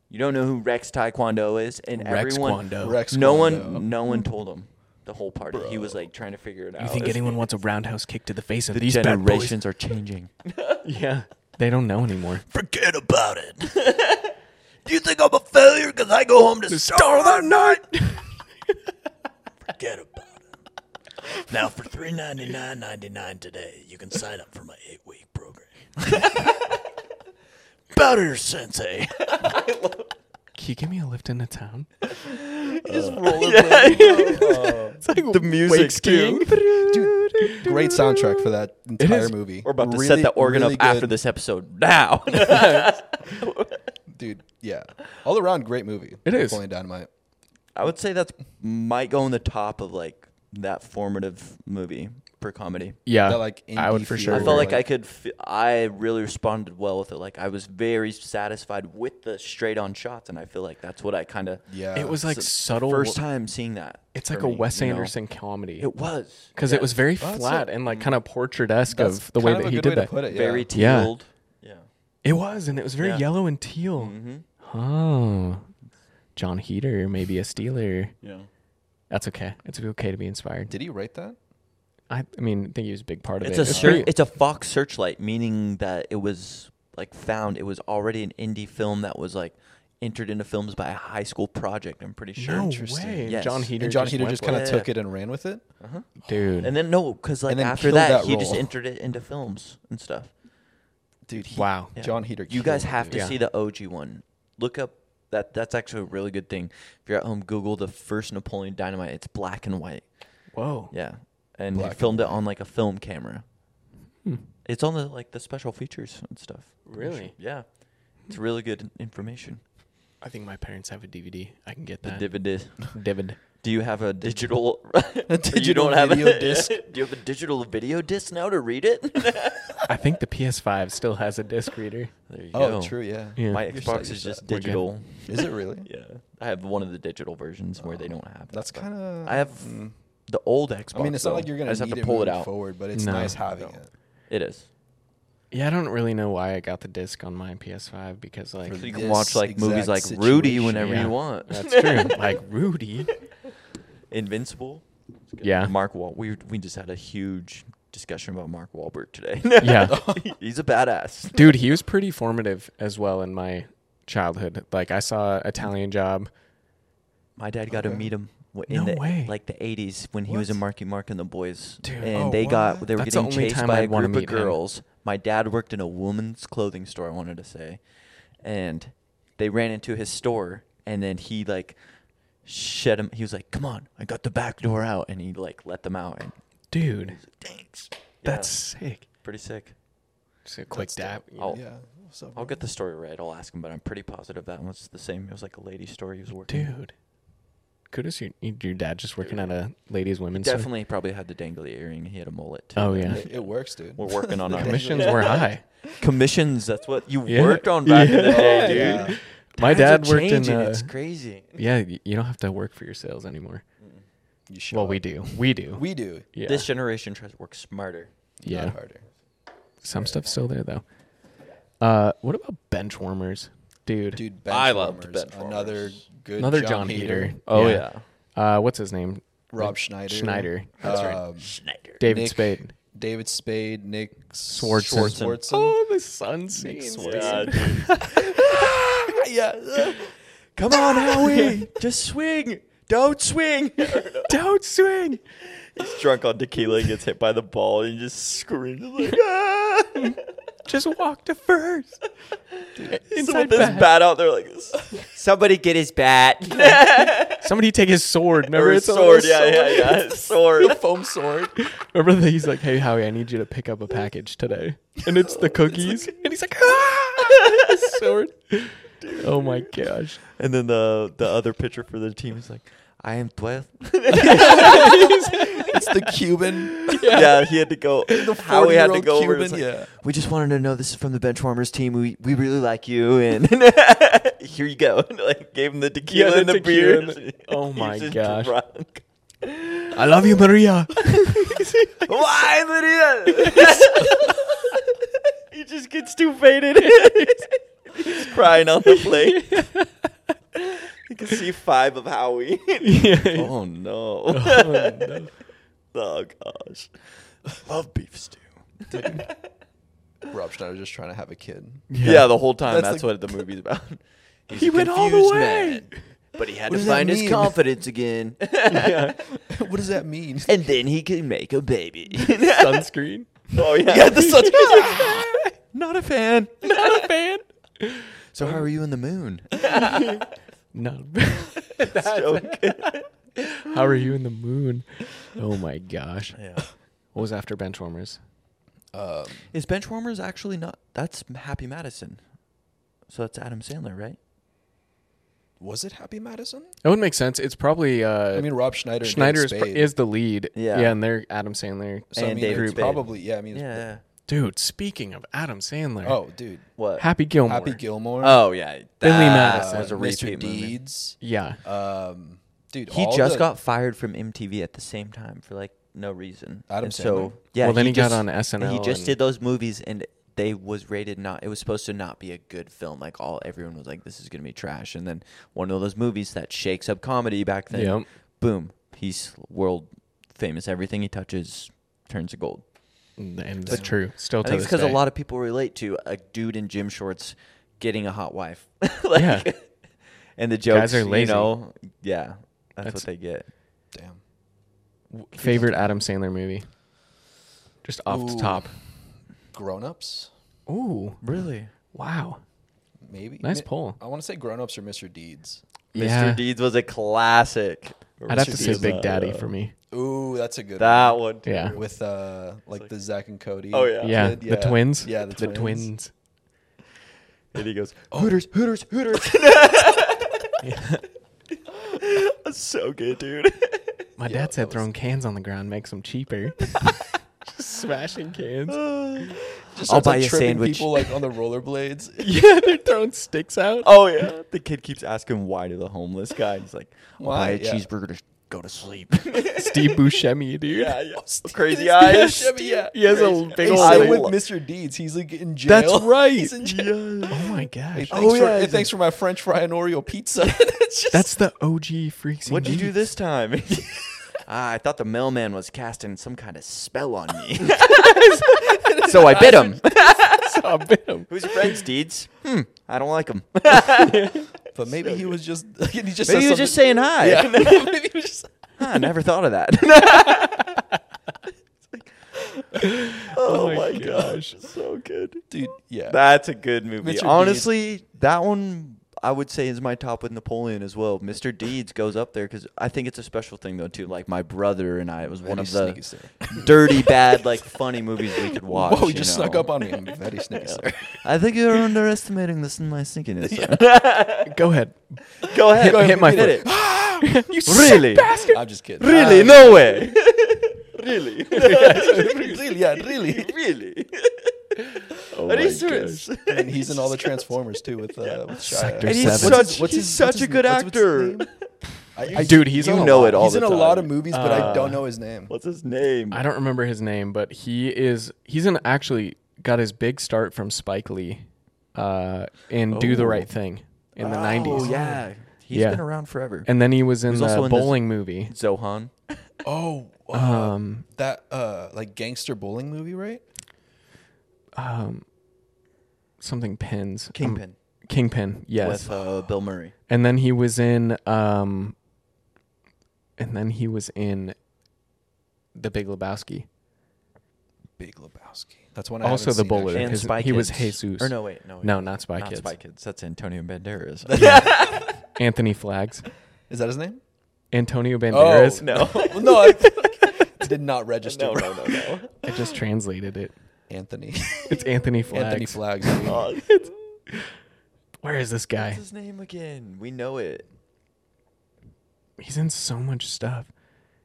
You don't know who Rex Taekwondo is?" And
Rex
everyone,
Kwando.
Rex
no
Kwando.
one, no one told him the whole party. He was like trying to figure it out.
You think
It's-
anyone wants a roundhouse kick to the face of
the
these bad boys?
generations are changing?
Yeah, they don't know anymore.
Forget about it. Do you think I'm a failure because I go home to, star that night?
Forget about it. Now, for three ninety nine ninety nine today, you can sign up for my eight week program. Better sensei.
Can you give me a lift into town?
It's like the music
skiing.
Dude, great soundtrack for that entire movie.
We're about to set that organ
really
up after
good.
this episode now.
Dude, yeah. All around great movie.
It is.
Napoleon Dynamite.
I would say that's might go on the top of like that formative movie for comedy.
Yeah,
That, like,
I would
indie
for
feel
sure.
I felt like
Like-
I could. F- I really responded well with it. Like I was very satisfied with the straight-on shots, and I feel like that's what I kind of.
Yeah.
it was like
s-
subtle.
First time seeing that.
It's
for
like a
me,
Wes
you know?
Anderson comedy
It was
because it was very flat and like kind of portraitesque
That's
of the way
kind
that
a
he
good
did
way
that.
To put it, yeah.
very
Yeah.
tealed. Yeah. Mm-hmm.
It was, and it was very
Yeah. Mm.
yellow and teal. Oh, John Heater, maybe a Steeler.
Yeah.
That's okay. It's okay to be inspired.
Did he write that?
I, I mean, I think he was a big part of
It's
it.
a search,
pretty-
it's a Fox Searchlight, meaning that it was like found. It was already an indie film that was like entered into films by a high school project. I'm pretty sure.
no
interesting.
way.
Yes.
John Heater.
and John
just
Heater
went
just
for it.
kind of
it.
took it and ran with it.
dude.
And then no, because like
And then
after
killed
that,
that
he just
role.
entered it into films and stuff.
Dude, he,
wow.
Yeah.
John Heater.
You guys
killed it,
have to
dude.
Yeah.
see the OG one. Look up that. That's actually a really good thing. If you're at home, Google the first Napoleon Dynamite. It's black and white.
Whoa.
Yeah, and
Black
he
and Hmm.
filmed it on like a film camera. It's on the like the special features and stuff. pretty
Really?
sure. Yeah, it's really good information.
I think my parents have a DVD. I can get
The
that.
divid.
Divid.
Do you have a digital? you
digital
don't have
video
a
disc.
Do you have a digital video disc now to read it?
I think the PS5 still has a disc reader.
There you
Oh, true. Yeah.
Yeah.
My
You're so
Xbox
used
is
to
just
that. We're
good.
digital.
Is it really?
Yeah, I have one of the digital versions where they don't have. it,
Oh, That's
but
kind of.
I have the old Xbox.
I mean, it's not
though.
like you're gonna
I just
need
have to pull it
moving
out.
forward, but it's
No.
nice having it.
It is.
Yeah, I don't really know why I got the disc on my PS5 because like
So you can
This
watch like movies
exact
like Rudy
situation.
whenever
Yeah.
you want.
that's true. like Rudy.
Invincible.
Yeah.
Mark Wall. We we just had a huge discussion about Mark Wahlberg today.
Yeah.
He's a badass.
Dude, he was pretty formative as well in my childhood. Like I saw Italian Job.
My dad got to meet him w- in
No
the
way.
like the 80s when he was in Marky Mark and the Boys.
Dude.
and
Oh,
they got they were
That's the
getting
only
chased
time
by
I'd
a
wanna
group of
meet him.
girls. My dad worked in a woman's clothing store, I wanted to say. And they ran into his store and then he like shed him he was like, "Come on, I got the back door out." And he like let them out and
Dude,
thanks.
that's sick.
pretty sick.
Just a quick dab. you know.
I'll,
Yeah. What's up,
I'll get the story right. I'll ask him, but I'm pretty positive that one's the same. It was like a lady story he was working.
Dude. Kudos your your dad just working at a ladies women's store.
Definitely probably had the dangly earring. He had a mullet. Too.
Oh yeah.
It, it works, dude.
We're working on our
Commissions were high.
commissions. That's what you
Yeah.
worked on back in the day, dude.
Yeah.
My
Times
dad
are
worked in.
changing,
Uh,
it's crazy. Mm.
yeah, y- you don't have to work for your sales anymore.
You show
Well,
up.
we do. We do.
we do.
yeah.
This generation tries to work smarter.
Yeah,
yeah.
harder.
Some stuff's still there though. Uh, what about bench warmers, dude?
Dude, bench
I loved
warmers,
bench
another
warmers.
good
Another
John,
John,
Heater.
Heater.
Oh yeah.
Uh, what's his name?
Rob Schneider,
Schneider. That's right.
um,
Schneider.
David
Nick-
Spade.
David Spade, Nick Swartzen.
Swartzen. Oh, the sun scenes.
Yeah,
dude.
dude. yeah. Come on, Howie. Just swing. Don't swing.
Don't swing.
He's drunk on tequila and gets hit by the ball and he just screams like, ah!
Just walk to first.
Someone
Inside
with his
bat.
bat out there like this. Somebody get his bat.
Somebody take his sword. Remember
or his
it's a
sword.
little
Yeah, yeah, yeah. Sword.
foam sword. Remember that he's like, "Hey Howie, I need you to pick up a package today," and it's the cookies, and he's like, "Ah!" His sword. Oh my gosh!
And then the the other pitcher for the team is like, I am 12.
It's the Cuban.
Yeah. he had to go. Howie had to
40-year-old
go over. and it's
Cuban,
like,
yeah.
We just wanted to know this is from the Benchwarmers team. We we really like you, and here you go. And, like gave him the tequila
Yeah, the
and the
tequila
beer.
and the- oh
He's
my
just
gosh.
drunk.
I love you, Maria.
Why, Lydia? he just gets too faded. He's crying on the plate. you can see five of Howie. oh no!
Oh, no.
oh gosh! Love beef stew.
Rob Schneider just trying to have a kid.
Yeah, the whole time. That's,
That's
what the movie's about.
He went all the way.
but he had
What does that mean?
confidence again,
what does that mean?
and then he could make a baby.
Sunscreen.
oh yeah, yeah the sun's
Not a fan.
Not a fan.
So how are you in the moon?
No. How are you in the moon? Oh my gosh!
Yeah.
What was after Benchwarmers?
Um,
Is Benchwarmers actually not? That's Happy Madison. So that's Adam Sandler, right?
was it Happy Madison?
That would make sense. It's probably uh,
I mean, Rob Schneider. and
Schneider
David
is, pr-
Spade.
is the lead.
Yeah.
yeah, and they're Adam Sandler.
So, I
and
mean,
David
it's
Spade.
probably yeah. I mean, it's-
Yeah.
Dude, speaking of Adam Sandler,
Oh, dude,
What?
Happy Gilmore.
Happy Gilmore.
oh yeah,
Billy
that
Madison.
was a
Mr.
repeat movie.
Deeds.
Yeah.
Uh,
Um, dude,
He
all
just
the-
got fired from MTV at the same time for like no reason.
Adam
and so
Sandler?
yeah,
Well, then he got
just-
on
He
SNL
just
and-
did those movies, and they was rated not. It was supposed to not be a good film. Like all everyone was like, "This is gonna be trash." And then one of those movies that shakes up comedy back then.
Yep.
Boom, he's world famous. Everything he touches turns to gold.
And it's true. Still
I
to
think
this
it's because a
day.
lot of people relate to a dude in gym shorts getting a hot wife. like,
Yeah.
And the jokes,
are
you
lazy.
know, yeah, that's,
That's-
what they get.
Damn.
favorite Adam Sandler movie. Just off the
Ooh.
top.
Grown ups,
Ooh.
Really?
Wow.
maybe.
Nice
Mi-
poll.
I want to say Grown Ups or Mr. Deeds.
Yeah.
Mr. Deeds was a classic.
I'd have to say
Deeds, uh,
Big Daddy
uh,
for me.
Ooh, that's a good
That one. too.
Yeah.
one. With uh, like the Zach and Cody.
Oh, yeah.
Yeah.
kid,
The twins.
Yeah, the twins.
And he goes, Hooters, Hooters, Hooters. That's so good, dude.
My
Yeah,
dad
that
said
was-
throwing cans on the ground makes them cheaper. Just smashing cans.
Just
I'll
starts,
buy
like,
you a
tripping
sandwich.
People like on the rollerblades.
yeah, they're throwing sticks out.
Oh yeah. The kid keeps asking why to the homeless guy. He's like, I'll buy
Why?
a
Yeah.
cheeseburger to go to sleep.
Steve Buscemi, dude.
yeah, yeah.
Steve
Crazy eyes.
Buscemi, yeah.
He has a big
He's
old.
I
like
thing.
with
will-
Mr. Deeds. He's like in jail.
That's right.
He's in jail.
Oh my gosh.
Hey, thanks, for,
yeah,
hey,
he's
thanks for my French fry and Oreo pizza. It's just-
That's the OG freaks. and
What'd you do
Geeks.
this time? Ah, I thought the mailman was casting some kind of spell on me. so I bit him.
I bit him.
Who's your friends, Deeds? Hmm, I don't like him.
but maybe he was just. he just
Maybe
says
he was just
something-
saying hi.
Yeah. maybe he was just.
Huh, I never thought of that.
Oh, my gosh.
so good.
Dude, yeah.
That's a good movie.
Mr. Deeds.
Honestly, that one I would say is my top with Napoleon as well. Mr. Deeds goes up there because I think it's a special thing though too. Like my brother and I, it was one
Very
of
sneaky,
the
sir.
dirty, bad, like funny movies we could watch.
Whoa,
you
you just
know?
snuck up on me. I'm very sneaky, sir.
I think you're underestimating this in my sneakiness.
Go ahead.
Go ahead,
Go ahead,
hit my
hit
foot.
You
Really?
I'm just kidding.
Really?
Uh,
No way. really?
Ah, really, yeah, really.
really?
Oh
and
my
he's serious.
gosh.
and he's in all the Transformers too with, uh, with Shia.
Sector
And he's
Seven.
such,
his- what's
he's
his-
such
what's
a
his
good
name? What's- what's his
actor.
name? I, I,
Dude, he's
you
on a
know
lot.
it all
he's
the
in a
time.
lot of movies, but I
Uh,
don't know his name.
What's his name?
I don't remember his name, but he is he's an actually got his big start from Spike Lee uh, in Do the
Oh.
Right Thing in the
Oh
90s.
yeah, he's
Yeah.
been around forever.
And then he was in
He was
the
also in this-
bowling movie.
Zohan.
Oh, uh,
Um,
that uh, like gangster bowling movie, right?
um, something pins. Um,
Kingpin.
Kingpin, yes.
With uh, Bill Murray.
And then he was in um and then he was in The Big Lebowski.
Big Lebowski. That's one. I
Also
haven't seen,
the bowler.
actually.
And
His-
Spy
he was
Kids.
Jesus.
Or no, wait, no. Wait,
No, not Spy
not
Kids.
Spy Kids. That's Antonio Banderas.
Anthony Flags.
Is that his name?
Oh.
Antonio Banderas.
no.
no, I did not register.
no, no, no, no.
I just translated it.
Anthony.
It's Anthony Flags.
Anthony Flags. I mean.
Oh,
Where is this
What's
guy?
his name again? We know it.
He's in so much stuff.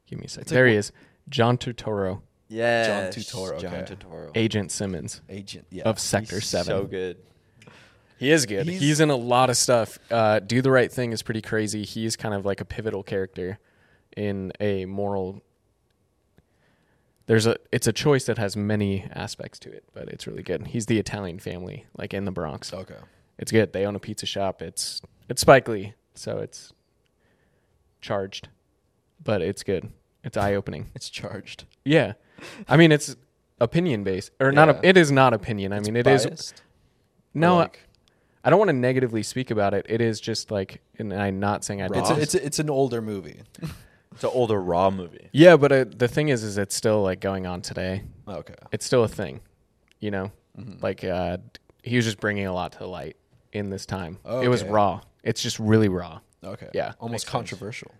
Give me a sec.
like
there he
wh-
is. John Turturro,
Yeah.
Tutoro,
John
okay.
Tutoro.
Agent Simmons
Agent. Yeah.
of Sector
He's
7.
So good.
He is good.
He's-
He's, in a lot of stuff. Uh, Do the right thing is pretty crazy. He's kind of like a pivotal character in a moral. There's a it's a choice that has many aspects to it, but it's really good. He's the Italian family, like in the Bronx.
okay.
It's good. They own a pizza shop. It's it's Spike Lee, so it's charged, but it's good. It's eye opening.
It's charged.
Yeah, I mean it's opinion based or not.
Yeah.
A, it is not opinion. I mean it is.
Biased?
No,
like-
I don't want to negatively speak about it. It is just like, and I'm not saying I.
It's
It's
a, it's a, it's an older movie.
It's an older Raw movie.
yeah, but uh the thing is, is it's still like going on today.
Okay.
It's still a thing, you know.
Mm-hmm.
Like uh, he was just bringing a lot to the light in this time. It was
Okay.
raw. It's just really raw.
Okay.
Yeah, makes
Almost
sense.
controversial.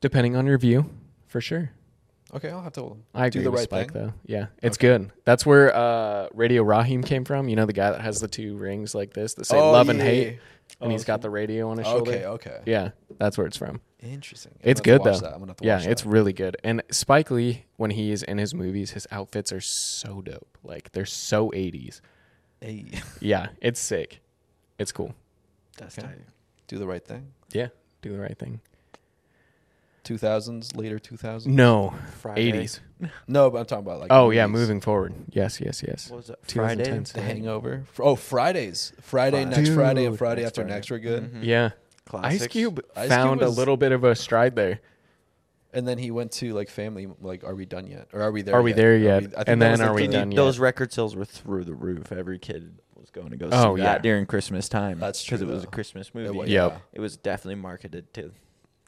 Depending on your view, for sure.
Okay, I'll have to.
I
do
agree
the
with
right
Spike
thing.
though. Yeah, it's good. That's where uh, Radio Rahim came from. You know the guy that has the two rings like this that say
Oh,
love and
yeah,
hate,
yeah, yeah.
and he's got the radio on his shoulder.
Okay. oh. Okay.
Yeah, that's where it's from.
Interesting. I'm
It's
gonna have to
good though.
watch that. I'm gonna have to
yeah,
watch
it's
that.
really good. And Spike Lee, when he is in his movies, his outfits are so dope. Like they're so eighties.
Hey,
Yeah, it's sick. It's cool.
That's
Okay. do the right thing.
Yeah, do the right thing.
2000s, later 2000s.
No,
Friday.
eighties.
No, but I'm talking about like.
Oh yeah,
movies.
moving forward. Yes, yes, yes.
What was that? Friday.
2010.
The Hangover. Fr- Oh, Fridays. Friday, Mm-hmm. next Friday, and
Dude.
Friday
Next
after
Friday.
next were good.
Yeah,
Classics.
Ice Cube
Ice Cube
found
was-
a little bit of a stride there.
And then he went to like family. Like, are we done yet? Or are we there?
Are we there yet?
we- I think
And
that
then
was, like,
are we
the-
Dude,
done yet?
Those record sales were through the roof. Every kid was going to go see
Oh,
that
yeah.
during Christmas time.
That's
Because it
true,
was a
though.
Christmas
It
movie.
was-
Yep.
Oh, yeah.
It was definitely marketed to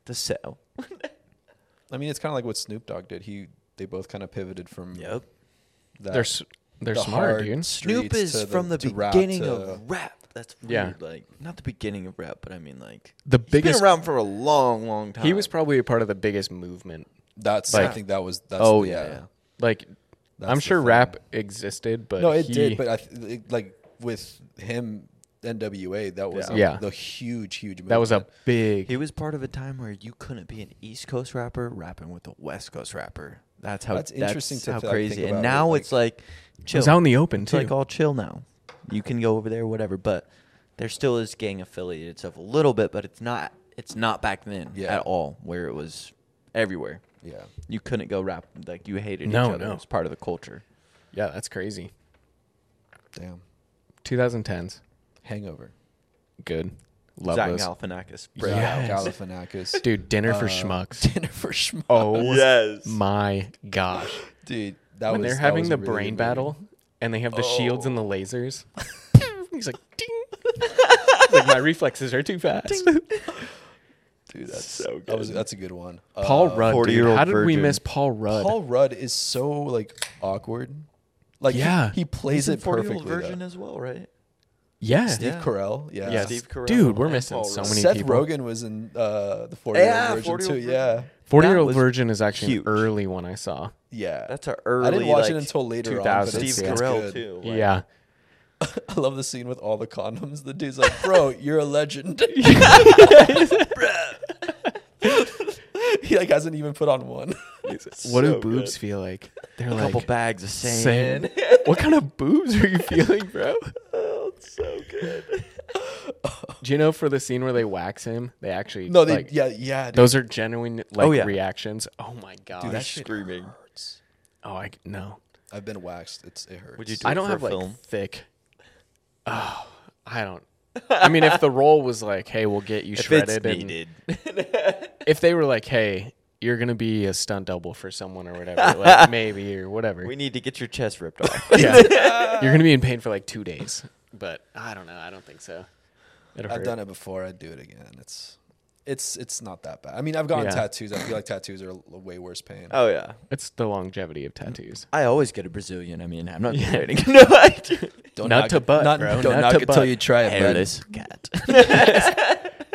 to sell.
I mean, it's kind of like what Snoop Dogg did. He they both kind of pivoted from
Yep.
that.
They're s- they're
the
smart,
hard
dude.
Snoop
streets
is
to
from the
to rap
beginning
to-
of rap. That's weird.
Yeah.
Like not the beginning of rap, but I mean like
The
he's
biggest-
been around for a long, long time.
He was probably a part of the biggest movement.
That's
Like-
I think that was. That's,
Oh
the-
yeah.
Like,
That's
I'm
the
sure
thing.
rap existed, but
No, it
he-
did, but I th- it- like with him, NWA, that was
Yeah.
like,
Yeah.
the huge, huge. Movement.
that was a big.
He was part of a time where you couldn't be an East Coast rapper rapping with a West Coast rapper. That's how
That's interesting to
how
th-
crazy.
think
and
about
now
it,
it's like
It
chill.
was out in the open
it's
too.
like all chill now. You can go over there, whatever. But there still is gang affiliated stuff a little bit, but it's not. It's not back then
Yeah.
at all, where it was everywhere.
yeah.
You couldn't go rap like you hated
No,
each other.
no.
It was part of the culture.
yeah, that's crazy.
Damn,
2010s.
Hangover.
Good. Love
Zach
those.
Galifianakis.
Gal-
Yes.
Galifianakis.
Dude, dinner for
Uh,
schmucks.
Dinner for schmucks.
Oh
Yes.
my gosh.
dude, that
when
was
they're
that
having
was
the
really Oh.
brain
moving.
battle and they have the shields and the lasers. He's like, ding. He's like, my reflexes are too fast.
Dude, that's
So
That was
good.
that's a good one. Uh,
Paul Rudd. dude.
40-year-old
How did we
virgin.
miss Paul Rudd?
Paul Rudd is so like awkward. Like he-
Yeah.
he, plays it perfectly.
version
though.
as well, right?
yeah.
Steve
Yeah.
Carell, yeah.
Yes.
Steve Carell
Dude, we're
and
missing
Paul
so
Rudd.
many
Seth
people.
Rogen was in uh, the forty year old
Yeah,
version
40-year-old
too.
version.
Yeah,
40 year
That
old
was
virgin is actually
huge.
an early one I saw.
yeah.
That's our
I
early.
didn't watch it
like,
until later on.
2000s,
But it's,
Steve
it's
Carell
good.
too. like-
yeah.
I love the scene with all the condoms. The dude's like, "Bro, you're a legend." he like hasn't even put on one.
What do boobs feel like? They're
a
like
couple bags of
sand.
sand.
what kind of boobs are you feeling, bro?
oh, it's so good.
Do you know for the scene where they wax him, they actually
No, they
like,
yeah yeah. Dude,
those are genuine like
Oh, yeah.
reactions. Oh my god.
Dude, that shit
screaming.
hurts.
oh, I no.
I've been waxed. It's it hurts.
Would you do
I
it
don't
for
have
a
like
film?
thick. Oh, I don't. I mean, if the role was like, "Hey, we'll get you
If
shredded,"
it's
and-
needed.
if they were like, "Hey, you're gonna be a stunt double for someone or whatever," like maybe or whatever,
We need to get your chest ripped off.
yeah, you're gonna be in pain for like two days. But I don't know. I don't think so. It'll
I've
hurt.
done it before. I'd do it again. It's it's it's not that bad. I mean, I've gotten
Yeah.
tattoos. I feel like tattoos are a way worse pain.
oh yeah.
It's the longevity of tattoos.
I always get a Brazilian. I mean, I'm not kidding. no, I do.
nut to butt,
not,
bro.
Don't
Nut
knock
to
it till
butt.
you try it, bud.
Hairless cat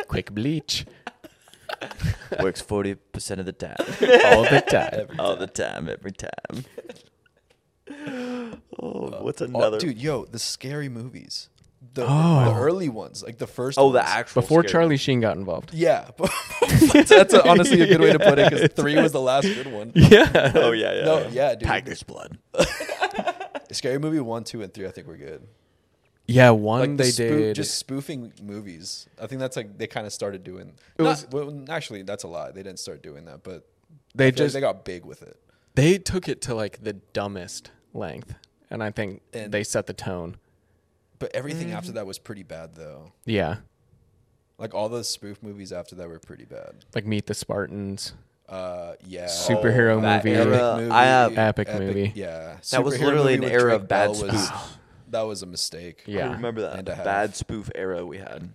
Quick bleach
works forty percent of the time.
all the time.
All the time, every time. Oh, what's
Oh,
another?
dude, yo, the scary movies, the,
Oh.
the early ones, like the first.
Oh, the
ones.
actual
Before
scary-
Charlie Sheen got involved.
Yeah, that's, that's a- honestly a good way to put it because three was the last good one.
Yeah.
Oh yeah, yeah.
No,
yeah.
yeah, dude.
Tiger's blood.
Scary movie one, two, and three. I think we're good.
Yeah. One
Like the
they
spoo-
did.
just spoofing movies. I think that's like they kind of started doing. It
It was-
well, actually that's a lie. They didn't start doing that, but
they
I feel like
just
they got big with it.
they took it to like the dumbest length, and I think
And-
they set the tone.
But everything after
Mm-hmm.
that was pretty bad though.
Yeah,
Like all the spoof movies after that were pretty bad.
like Meet the Spartans,
Uh, yeah. Oh,
superhero
Oh, that
movie.
era. I have-
Epic movie.
Yeah,
That was
Superhero
literally an
movie with
era
Drake
of bad
Bell was-
spoof.
that was a mistake.
Yeah.
I remember that
And a half.
bad spoof era we had.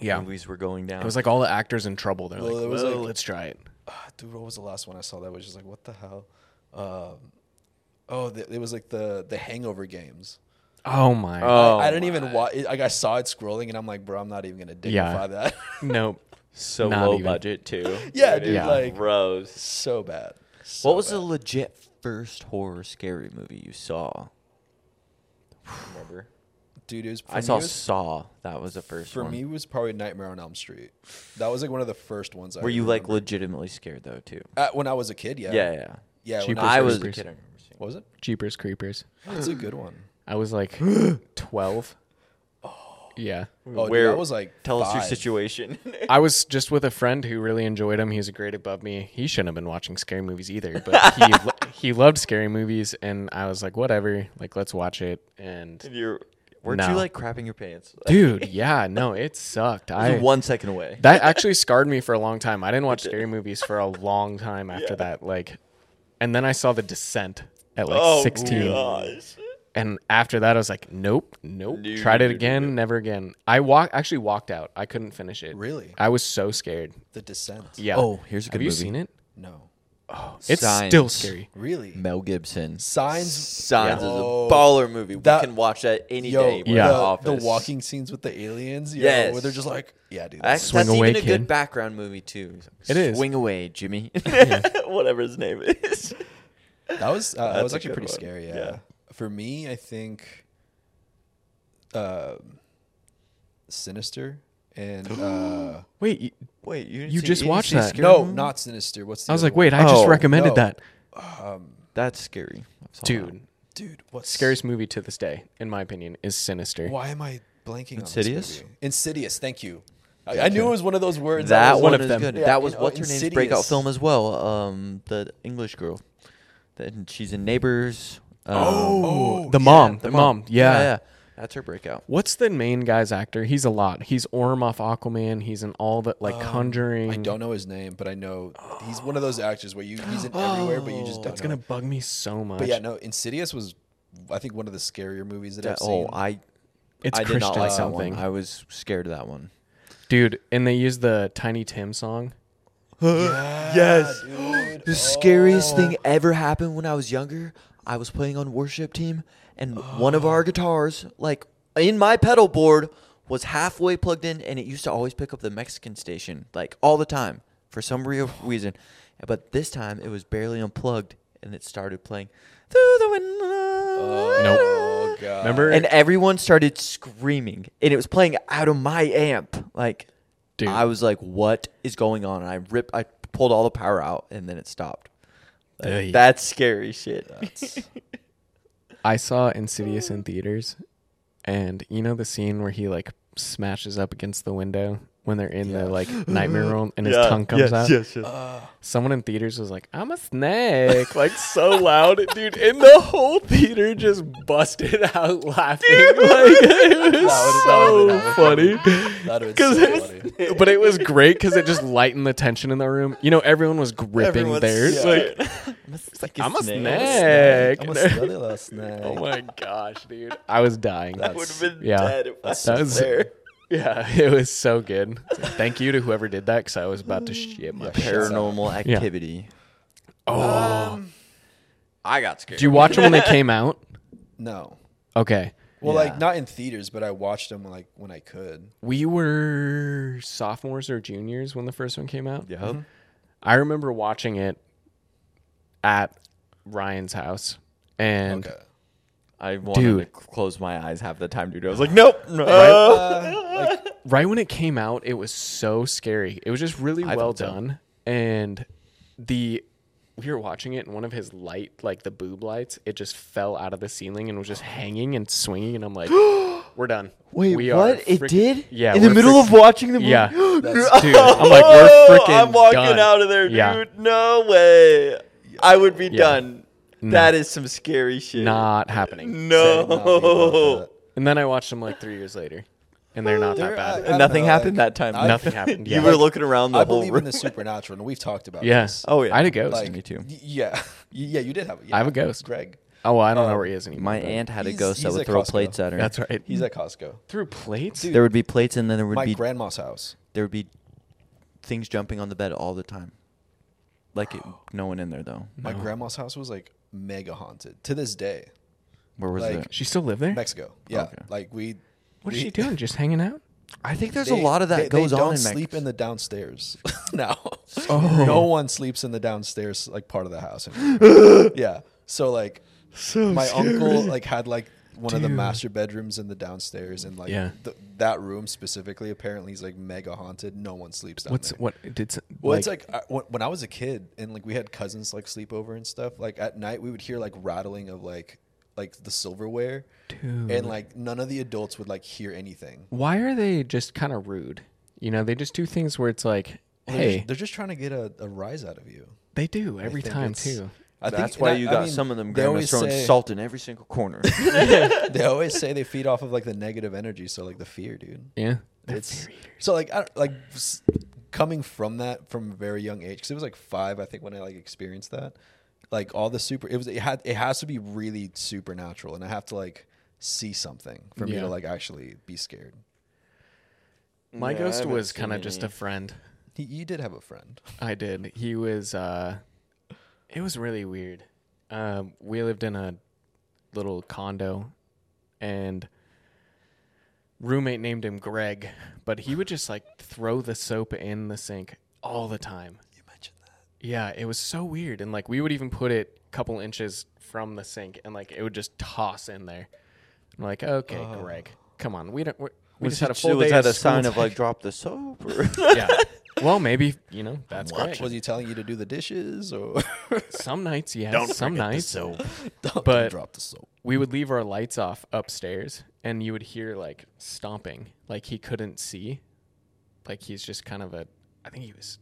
Yeah,
movies were going down.
it was like all the actors in trouble. They're
Well,
like,
it was
"Well,
like-
let's try it.
Ah, dude, what was the last one I saw that was just like what the hell? Um, oh, the, it was like the the Hangover games.
Oh my.
oh,
I didn't even watch. It, like I saw it scrolling, and I'm like, bro, I'm not even gonna dignify that.
nope.
so
Not
low
even.
budget too.
Yeah,
It
dude,
is
like-
gross.
so bad. So
What was the
bad.
legit first horror scary movie you saw? Remember?
dude? It was, for
I
me,
saw
it was-
Saw. That was the first
for
one.
me it was probably Nightmare on Elm Street. That was like one of the first ones. I
were you like
remember.
legitimately scared though too?
Uh, when I was a kid? Yeah,
Yeah, yeah.
yeah. When
Cheaper
I,
I
Jeepers
was a
Creepers.
kid. I remember seeing.
what was it?
Jeepers Creepers.
That's a good one.
I was like twelve. Yeah.
Oh, dude,
Where-
I was like,
Tell us your
five.
situation.
I was just with a friend who really enjoyed him. He was a grade above me. He shouldn't have been watching scary movies either, but he lo- he loved scary movies, and I was like, whatever, like let's watch it. And
You're, weren't
No.
you like crapping your pants? Like,
dude, yeah, no, it sucked. I
I was one second away.
that actually scarred me for a long time. I didn't watch scary movies for a long time after that. Like, and then I saw The Descent at like
Oh,
16.
gosh.
and after that, I was like, nope, nope.
No,
Tried it
no, no,
again, never again. I walk actually walked out. I couldn't finish it.
Really?
I was so scared.
The Descent.
Yeah.
Oh, here's a
Have
good
you
movie.
seen it?
No.
It's
Signs.
still scary.
Really?
Mel Gibson.
Signs.
Signs is
Oh.
a baller movie.
That-
we can watch that any
Yo,
day. We're
Yeah.
in
the,
the, office.
the walking scenes with the aliens. Yeah,
Yes.
where they're just like, yeah, dude. this
That's,
is-
Swing
that's
away,
even a
kid.
good background movie too. He's
It
like,
is.
Swing away, Jimmy. Whatever his name is.
that was uh, that
That's
was
a
actually
good
pretty
one.
scary. Yeah.
Yeah.
For me, I think, uh, Sinister and uh,
Wait, you,
Wait, you didn't
You
see-
just
didn't
watched
see
that.
Scary
no,
Movie?
not Sinister. What's the
I was
other
like, wait, I
Oh,
just recommended
no.
that.
That's scary. I saw that.
Dude,
dude? What's
scariest movie to this day, in my opinion, is Sinister.
Why am I blanking? on
Insidious?
this movie? Insidious. Thank you. I, I knew it was one of those words. I
That
was
one
like-
is
them.
good.
Yeah,
that was
you know,
what's her name's
Insidious.
breakout film as well. Um, the English girl. Then she's in Neighbors. Um,
Oh,
the
yeah,
mom, the, mom. Yeah.
yeah, that's her breakout.
What's the main guy's actor? He's a lot. He's Orm off Aquaman. He's in all the like Conjuring.
I don't know his name, but I know he's one of those actors where you he's in everywhere, but you just don't.
That's
know
gonna
it.
bug me so much.
But yeah, no. Insidious was, I think, one of the scarier movies that I've
That-
seen.
oh, I.
it's
I did
Christian
not like
something,
that one. I was scared of that one.
dude. And they use the Tiny Tim song.
yes.
Dude,
The scariest thing ever happened when I was younger. I was playing on worship team, and one of our guitars, like in my pedal board, was halfway plugged in, and it used to always pick up the Mexican station, like all the time, for some real reason. But this time, it was barely unplugged, and it started playing through the window.
Oh, God.
Remember?
And everyone started screaming, and it was playing out of my amp. Like,
Dude.
I was like, "What is going on?" And I ripped, I pulled all the power out and then it stopped. Like,
Hey.
That's scary shit.
I saw Insidious in theaters, and you know the scene where he like smashes up against the window when they're in the like nightmare room and his tongue comes out. Someone in theaters was like, "I'm a snake," like so loud, dude, and the whole theater just busted out laughing. Like it was so funny.
That would
Cause
so
it
funny.
was- but it was great because it just lightened the tension in the room. You know, everyone was gripping
Everyone's-
theirs.
yeah.
Like,
It's like
I'm a snake.
I'm a silly little snake.
oh my gosh, dude! I was dying.
I would have been
yeah.
dead. If I
That was-
there.
Yeah, it was so good. Thank you to whoever did that because I was about to shit my pants.
Paranormal activity.
Oh,
Um, I got scared.
do you watch them when they came out?
No.
Okay,
Well,
Yeah.
like not in theaters, but I watched them like when I could.
we were sophomores or juniors when the first one came out.
Yup.
I remember watching it at Ryan's house, and
Okay.
I wanted to
Dude.
close my eyes half the time, dude. I was like, nope. no.
right when it came out, it was so scary. It was just really well
thought so.
done. And the we were watching it, and one of his light, like the boob lights, it just fell out of the ceiling and was just hanging and swinging. And I'm like, we're done.
Wait,
We are
what? It
frick-
did?
Yeah,
In the
we're
middle
frick-
of watching the movie.
Yeah,
That's-
dude. I'm like, we're freaking.
I'm walking
done.
out of there, dude.
Yeah.
No way. I would be done.
No.
That is some scary shit.
Not happening.
uh,
No.
And then I watched them like three years later, and they're not
They're-
that bad.
I-
And nothing
don't know,
happened
like,
that time.
I-
Nothing happened. Yeah.
uh, You were looking around the
I
whole
believe
room.
in the supernatural, and we've talked about
Yeah.
this.
Oh, yeah.
I had a ghost.
like
me too.
y- yeah, yeah, you did have. Yeah,
I have a ghost.
Greg.
oh, well, I don't know where he is anymore.
uh, My
but-
aunt had a
He's-
ghost that
he's
would
at
throw
Costco.
plates at her.
That's right.
Mm-hmm.
He's at Costco.
Through plates.
There would be plates, and then there would
My
be
grandma's house.
there would be things jumping on the bed all the time. Like it, no one in there though.
My grandma's house was like mega haunted to this day.
Where was
Like-
it?
She still live there?
Mexico. Yeah,
Okay.
like we.
What is
we-
she doing? Just hanging out?
I think there's
they-
a lot of that
they-
goes
they
on
don't
in Oh.
sleep
Mexico.
in the downstairs. no, no one sleeps in the downstairs like part of the house. anymore. yeah, so like my uncle like had like one of the master bedrooms in the downstairs, and like
Yeah.
th- that room specifically apparently is like mega haunted. No one sleeps down
What's
there.
what? Did s-
Well, it's like I, when, when I was a kid, and like we had cousins like sleep over and stuff. Like at night, we would hear like rattling of like like the silverware, and like none of the adults would like hear anything.
why are they just kind of rude? You know, they just do things where it's like,
They're just-
hey,
they're just trying to get a, a rise out of you.
they do every
think
time
it's-
too.
I
That's
and
why
I-
you
I
got
mean,
some of them
they
grandmas
always
throwing
say-
salt in every single corner.
They always say they feed off of like the negative energy, so like the fear, dude.
Yeah,
It's so like I don't, like s- coming from that from a very young age because it was like five, I think, when I like experienced that. Like all the super, it was it had it has to be really supernatural, and I have to like see something for me
Yeah.
to like actually be scared.
my
Yeah, I
ghost
haven't
was
seen
kind of just
any.
a friend.
He, you did have a friend.
I did. He was. uh It was really weird. Um, we lived in a little condo, and roommate named him Greg, but he would just like throw the soap in the sink all the time.
You mentioned that.
Yeah, it was so weird. And like we would even put it a couple inches from the sink and like it would just toss in there. I'm like, okay,
Oh.
Greg, come on. We don't, we're, we just had a full
was
day
that
of
a sign
school
of like drop the soap? Or
time. yeah. Well, maybe, you know, that's Greg.
Was he telling you to do the dishes or
Some nights, yes.
Don't
some
forget the
nights.
soap.
don't
But-
drop the soap?
we would leave our lights off upstairs and you would hear like stomping. Like he couldn't see. Like he's just kind of a, I think he was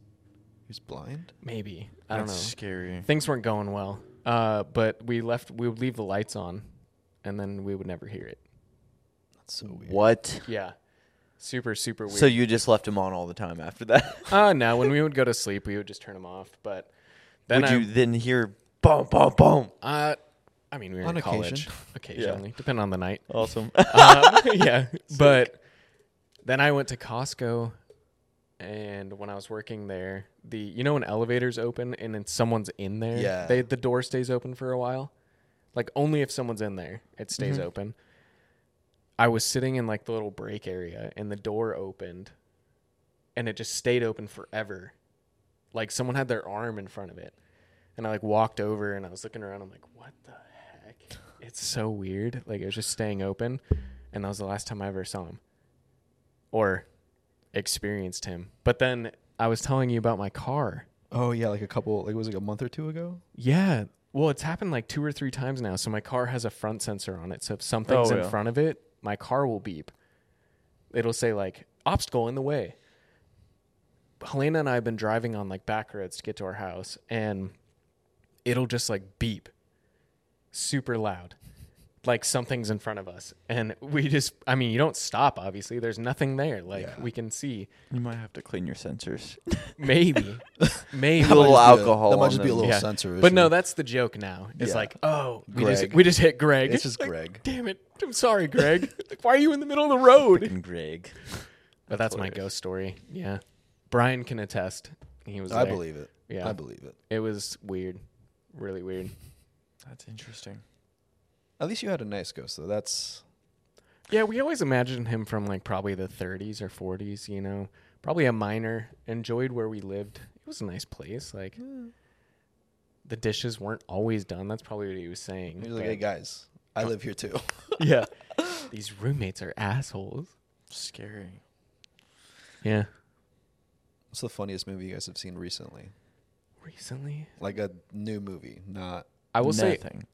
He's blind.
maybe, I don't know.
scary.
things weren't going well. Uh, but we left. We would leave the lights on, and then we would never hear it.
That's so weird.
What?
Yeah, super super weird.
So you just left them on all the time after that?
uh, no, when we would go to sleep, we would just turn them off. But then
Would
I,
you then hear boom, boom, boom?
uh, I mean, we were
On
in college
occasion.
occasionally, depending on the night.
Awesome.
Uh, yeah, but then I went to Costco, and when I was working there, the you know when elevators open and then someone's in there,
Yeah.
they the door stays open for a while, like only if someone's in there it stays open. I was sitting in like the little break area, and the door opened, and it just stayed open forever, like someone had their arm in front of it, and I like walked over and I was looking around. I'm like, what the heck? It's so weird. Like it was just staying open, and that was the last time I ever saw him or experienced him. But then I was telling you about my car
Oh yeah, like a couple. Like it was like a month or two ago.
Yeah. Well, it's happened like two or three times now. So my car has a front sensor on it. So if something's
Oh,
in
yeah.
front of it, my car will beep. It'll say like obstacle in the way. Helena and I have been driving on like back roads to get to our house, and it'll just like beep super loud. Like something's in front of us. And we just I mean, you don't stop obviously. There's nothing there. Like we can see.
You might have to clean your sensors.
Maybe. maybe
A little
Might just be a-
alcohol
That might
on
just be a
them.
little
yeah.
sensor issue.
But no, that's the joke now. It's
Yeah.
like, oh, we
Greg.
just we just hit Greg.
It's just
like,
Greg.
Damn it! I'm sorry, Greg. Like, Why are you in the middle of the road?
And Greg.
But that's my
hilarious.
ghost story. Yeah, Brian can attest. He was.
I
there.
believe it.
Yeah.
I believe it.
It was weird, really weird.
That's interesting.
At least you had a nice ghost though. That's
Yeah, we always imagined him from like probably the 30s or 40s. You know, probably a miner. Enjoyed where we lived. It was a nice place. Like. The dishes weren't always done. That's probably what he was saying.
he was like,
but-
hey guys, I live here too.
yeah. These roommates are assholes.
Scary.
Yeah.
What's the funniest movie you guys have seen recently?
Recently,
Like a new movie, not
I will say
Nothing.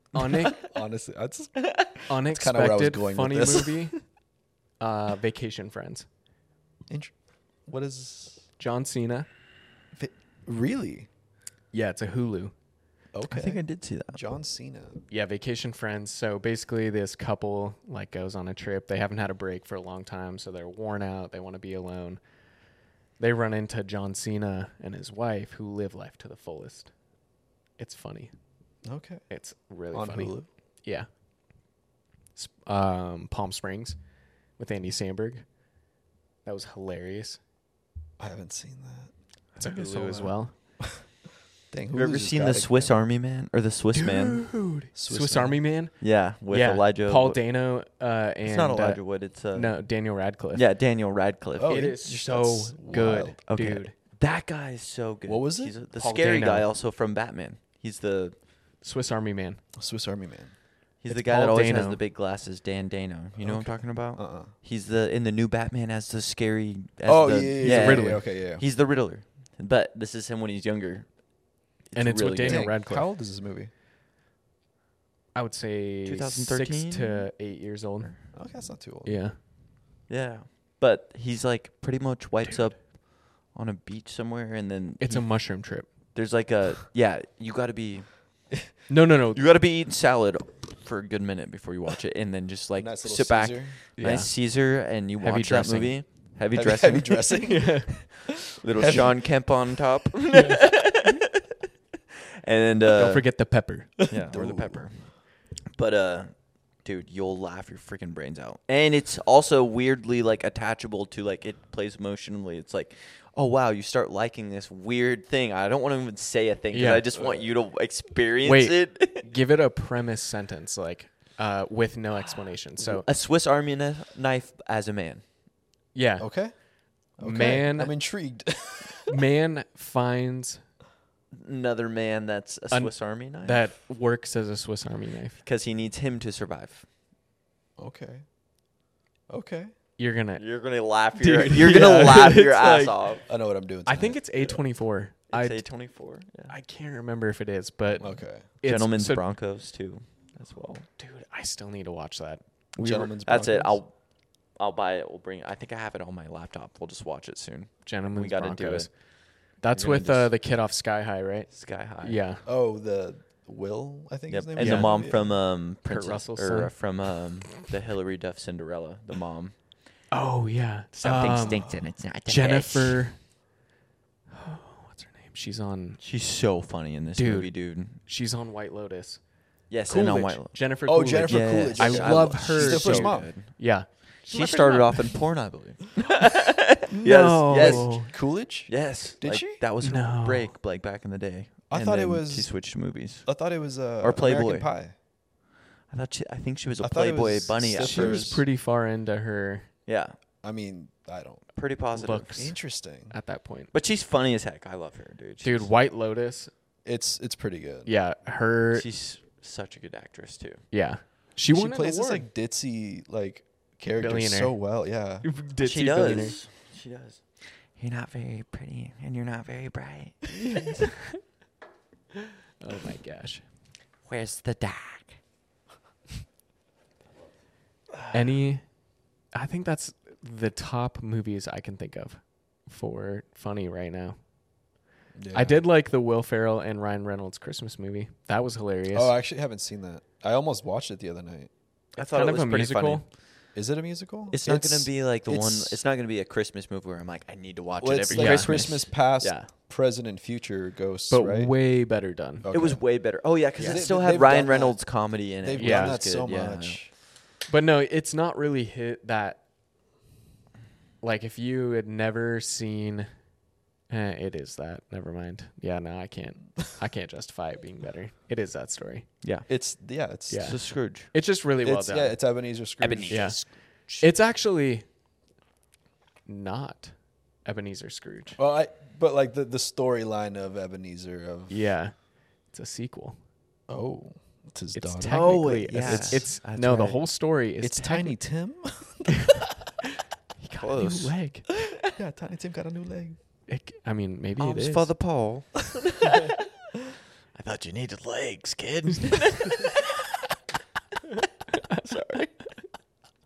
une-
honestly. That's kinda where I was
unexpected
going with
funny
this.
movie. Uh, Vacation Friends.
int- what is
John Cena.
fi- really
Yeah, it's a Hulu.
okay?
I think I did see that.
John Cena.
Yeah, Vacation Friends. So basically, this couple like goes on a trip. They haven't had a break for a long time, so they're worn out. They want to be alone. They run into John Cena and his wife, who live life to the fullest. It's funny.
Okay,
It's really
on
funny.
Hulu.
Yeah. Sp- Um, Palm Springs with Andy Samberg. That was hilarious.
I haven't seen that.
It's a
think I saw
Hulu as
that.
well.
Dang,
Have you ever
Hulu's just
seen
got
the
it.
Swiss Army Man or the Swiss Man?
Dude. Swiss,
Swiss Man.
Army Man.
Yeah, with
yeah.
Elijah.
Paul
Wood.
Dano uh, and
It's not Elijah
uh,
Wood. It's uh,
no, Daniel Radcliffe.
Yeah, Daniel Radcliffe.
Oh,
it
yeah.
is
That's
so good,
wild.
Okay.
dude.
That guy is so good.
What was it?
He's a- the
Paul
scary
Dano.
guy, also from Batman. He's the
Swiss Army Man.
Swiss Army Man.
he's
It's
the guy that
Paul
always has
Dano.
the big glasses. Dan Dano. You know what I'm talking about?
Uh. uh
He's the in the new Batman as the scary. As
Oh yeah,
the,
yeah, yeah, yeah,
Riddler.
yeah, Okay, yeah. yeah.
He's the Riddler, but this is him when he's younger.
And it's with
really
Daniel
Dang,
good.
Radcliffe.
How old is this movie?
I would say
2013?
six to eight years old.
Okay, that's not too old.
Yeah.
Yeah, but he's like pretty much wipes up on a beach somewhere, and then
It's
he-
a mushroom trip.
there's like a yeah. You gotta be
No, no, no.
you gotta be eating salad for a good minute before you watch it, and then just like
Nice little
sit back,
Caesar.
Yeah.
nice Caesar, and you
Heavy
watch
dressing.
that movie. Heavy,
Heavy-
dressing,
heavy dressing.
yeah.
little Sean Kemp on top, and uh,
Don't forget the pepper.
yeah, or the pepper. But uh, dude, you'll laugh your freaking brains out, and it's also weirdly like attachable to like it plays emotionally. It's like, oh wow, you start liking this weird thing. I don't want to even say a thing because
Yeah.
I just want you to experience
Wait.
it.
Give it a premise sentence, like uh, with no explanation. So
a Swiss Army kni- knife as a man.
yeah,
Okay. okay.
Man-
I'm intrigued.
man finds
Another man that's a
An-
Swiss Army knife.
that works as a Swiss Army knife.
because he needs him to survive.
okay. Okay.
You're gonna.
You're gonna laugh your
Dude,
you're gonna
yeah,
laugh your
it's
ass
like-
off.
I know what I'm doing.
I think
tonight.
it's A24. I
It's twenty four.
I can't remember if it is, but
okay.
it's,
Gentlemen's
so-
Broncos too, as well.
Dude, I still need to watch that.
Gentlemen's
That's it.
Broncos?
I'll I'll buy it. We'll bring. it. I think I have it on my laptop. We'll just watch it soon.
Gentlemen's
We gotta do
Broncos.
it.
That's
We're gonna
with uh,
just-
the kid off Sky High, right?
Sky High.
Yeah.
Oh, the Will. I think
Yep.
his name.
And
is?
the
Yeah.
mom from um Princess
Russell's
or
son.
from um the Hillary Duff Cinderella. The mom.
Oh yeah. Um,
and it's not
Jennifer. Oh, what's her name? She's on.
She's so funny in this
Dude.
movie, dude.
She's on White Lotus.
Yes,
Coolidge.
and on White. Lo-
Jennifer.
Oh,
Coolidge.
Jennifer
Yeah.
Coolidge.
I
okay.
love
She's
her
the first
so
mom.
good.
Yeah.
She started off in porn, I believe.
No.
Yes. Yes.
Oh.
Coolidge.
Yes.
Did
like,
she?
That was her
No.
break, like back in the day.
I
And
thought it
then
was-
She switched movies.
I thought it was uh,
Or Playboy.
American Pie.
I thought she. I think she was a
I thought it
Playboy
was
bunny. at
Steph-
She was
First.
pretty far into her
Yeah,
I mean, I don't.
pretty positive.
looks
Interesting.
at that point.
But she's funny as heck. I love her, dude. She's,
Dude, White Lotus.
It's it's pretty good.
Yeah, her.
she's such a good actress too.
yeah,
She
she, won
plays
an
this
award.
like ditzy like character
Billionaire.
so well. Yeah.
Ditzy
she
billionaire.
does. She does. You're not very pretty and you're not very bright.
Oh my gosh.
Where's the dog?
Any, I think that's the top movies I can think of for funny right now. I did like the Will Ferrell and Ryan Reynolds Christmas movie. That was hilarious.
Oh, I actually haven't seen that. I almost watched it the other night.
I thought
kind of
it was
a
pretty
musical.
funny.
Is it a musical?
It's not gonna be like the one.
it's-
It's not gonna be a Christmas movie where I'm like, I need to watch
Well,
it
it's
every
like
Yeah.
a Christmas past,
Yeah.
present, and future ghosts,
But
right?
way better done.
It was way better. Oh yeah, because
Yeah.
it
They-
still
they've
had Ryan
done that.
Reynolds comedy in it.
They've
which
done
was
that so
good, yeah.
much.
But no, it's not really hit that. Like if you had never seen, eh, it is that. Never mind. Yeah, no, I can't. I can't justify it being better. It is that story.
Yeah,
It's yeah, it's
Yeah.
It's a Scrooge.
It's just really well
it's
done.
yeah, it's Ebenezer Scrooge.
Yeah. It's actually not Ebenezer Scrooge.
Well, I but like the the storyline of Ebenezer of
Yeah. It's a sequel.
oh, it's his
It's
daughter.
Oh,
technically a-
yeah.
it's, it's
That's
no the
right.
whole story is
it's Tiny Tim.
he got a new
Close.
leg.
yeah, Tiny Tim got a new leg.
It, Oh, I mean maybe it
Arms
is.
for the pole.
I thought you needed legs, kid.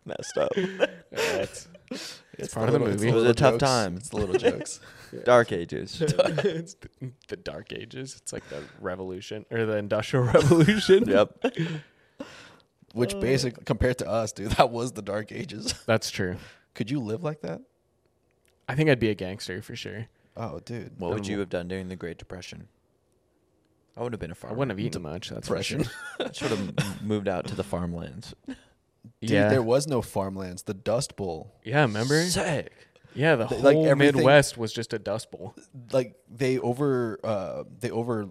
Messed up.
That's- it's part of the movie.
It was a tough time.
It's the little jokes.
Dark Ages.
it's the, the Dark Ages. It's like the Revolution or the Industrial Revolution.
yep.
Which basically, compared to us, dude, that was the Dark Ages.
That's true.
Could you live like that?
I think I'd be a gangster for sure.
Oh, dude.
What would you have done during the Great Depression? I would have been a
I
farmer.
wouldn't have eaten much. That's for sure.
Depression.
Should have moved out to the farmlands.
Dude,
yeah.
there was no farmlands. The Dust Bowl.
yeah. Remember?
Sick.
Yeah. The
Th- like
whole
everything-
Midwest was just a dust bowl.
Like they over, uh, they over,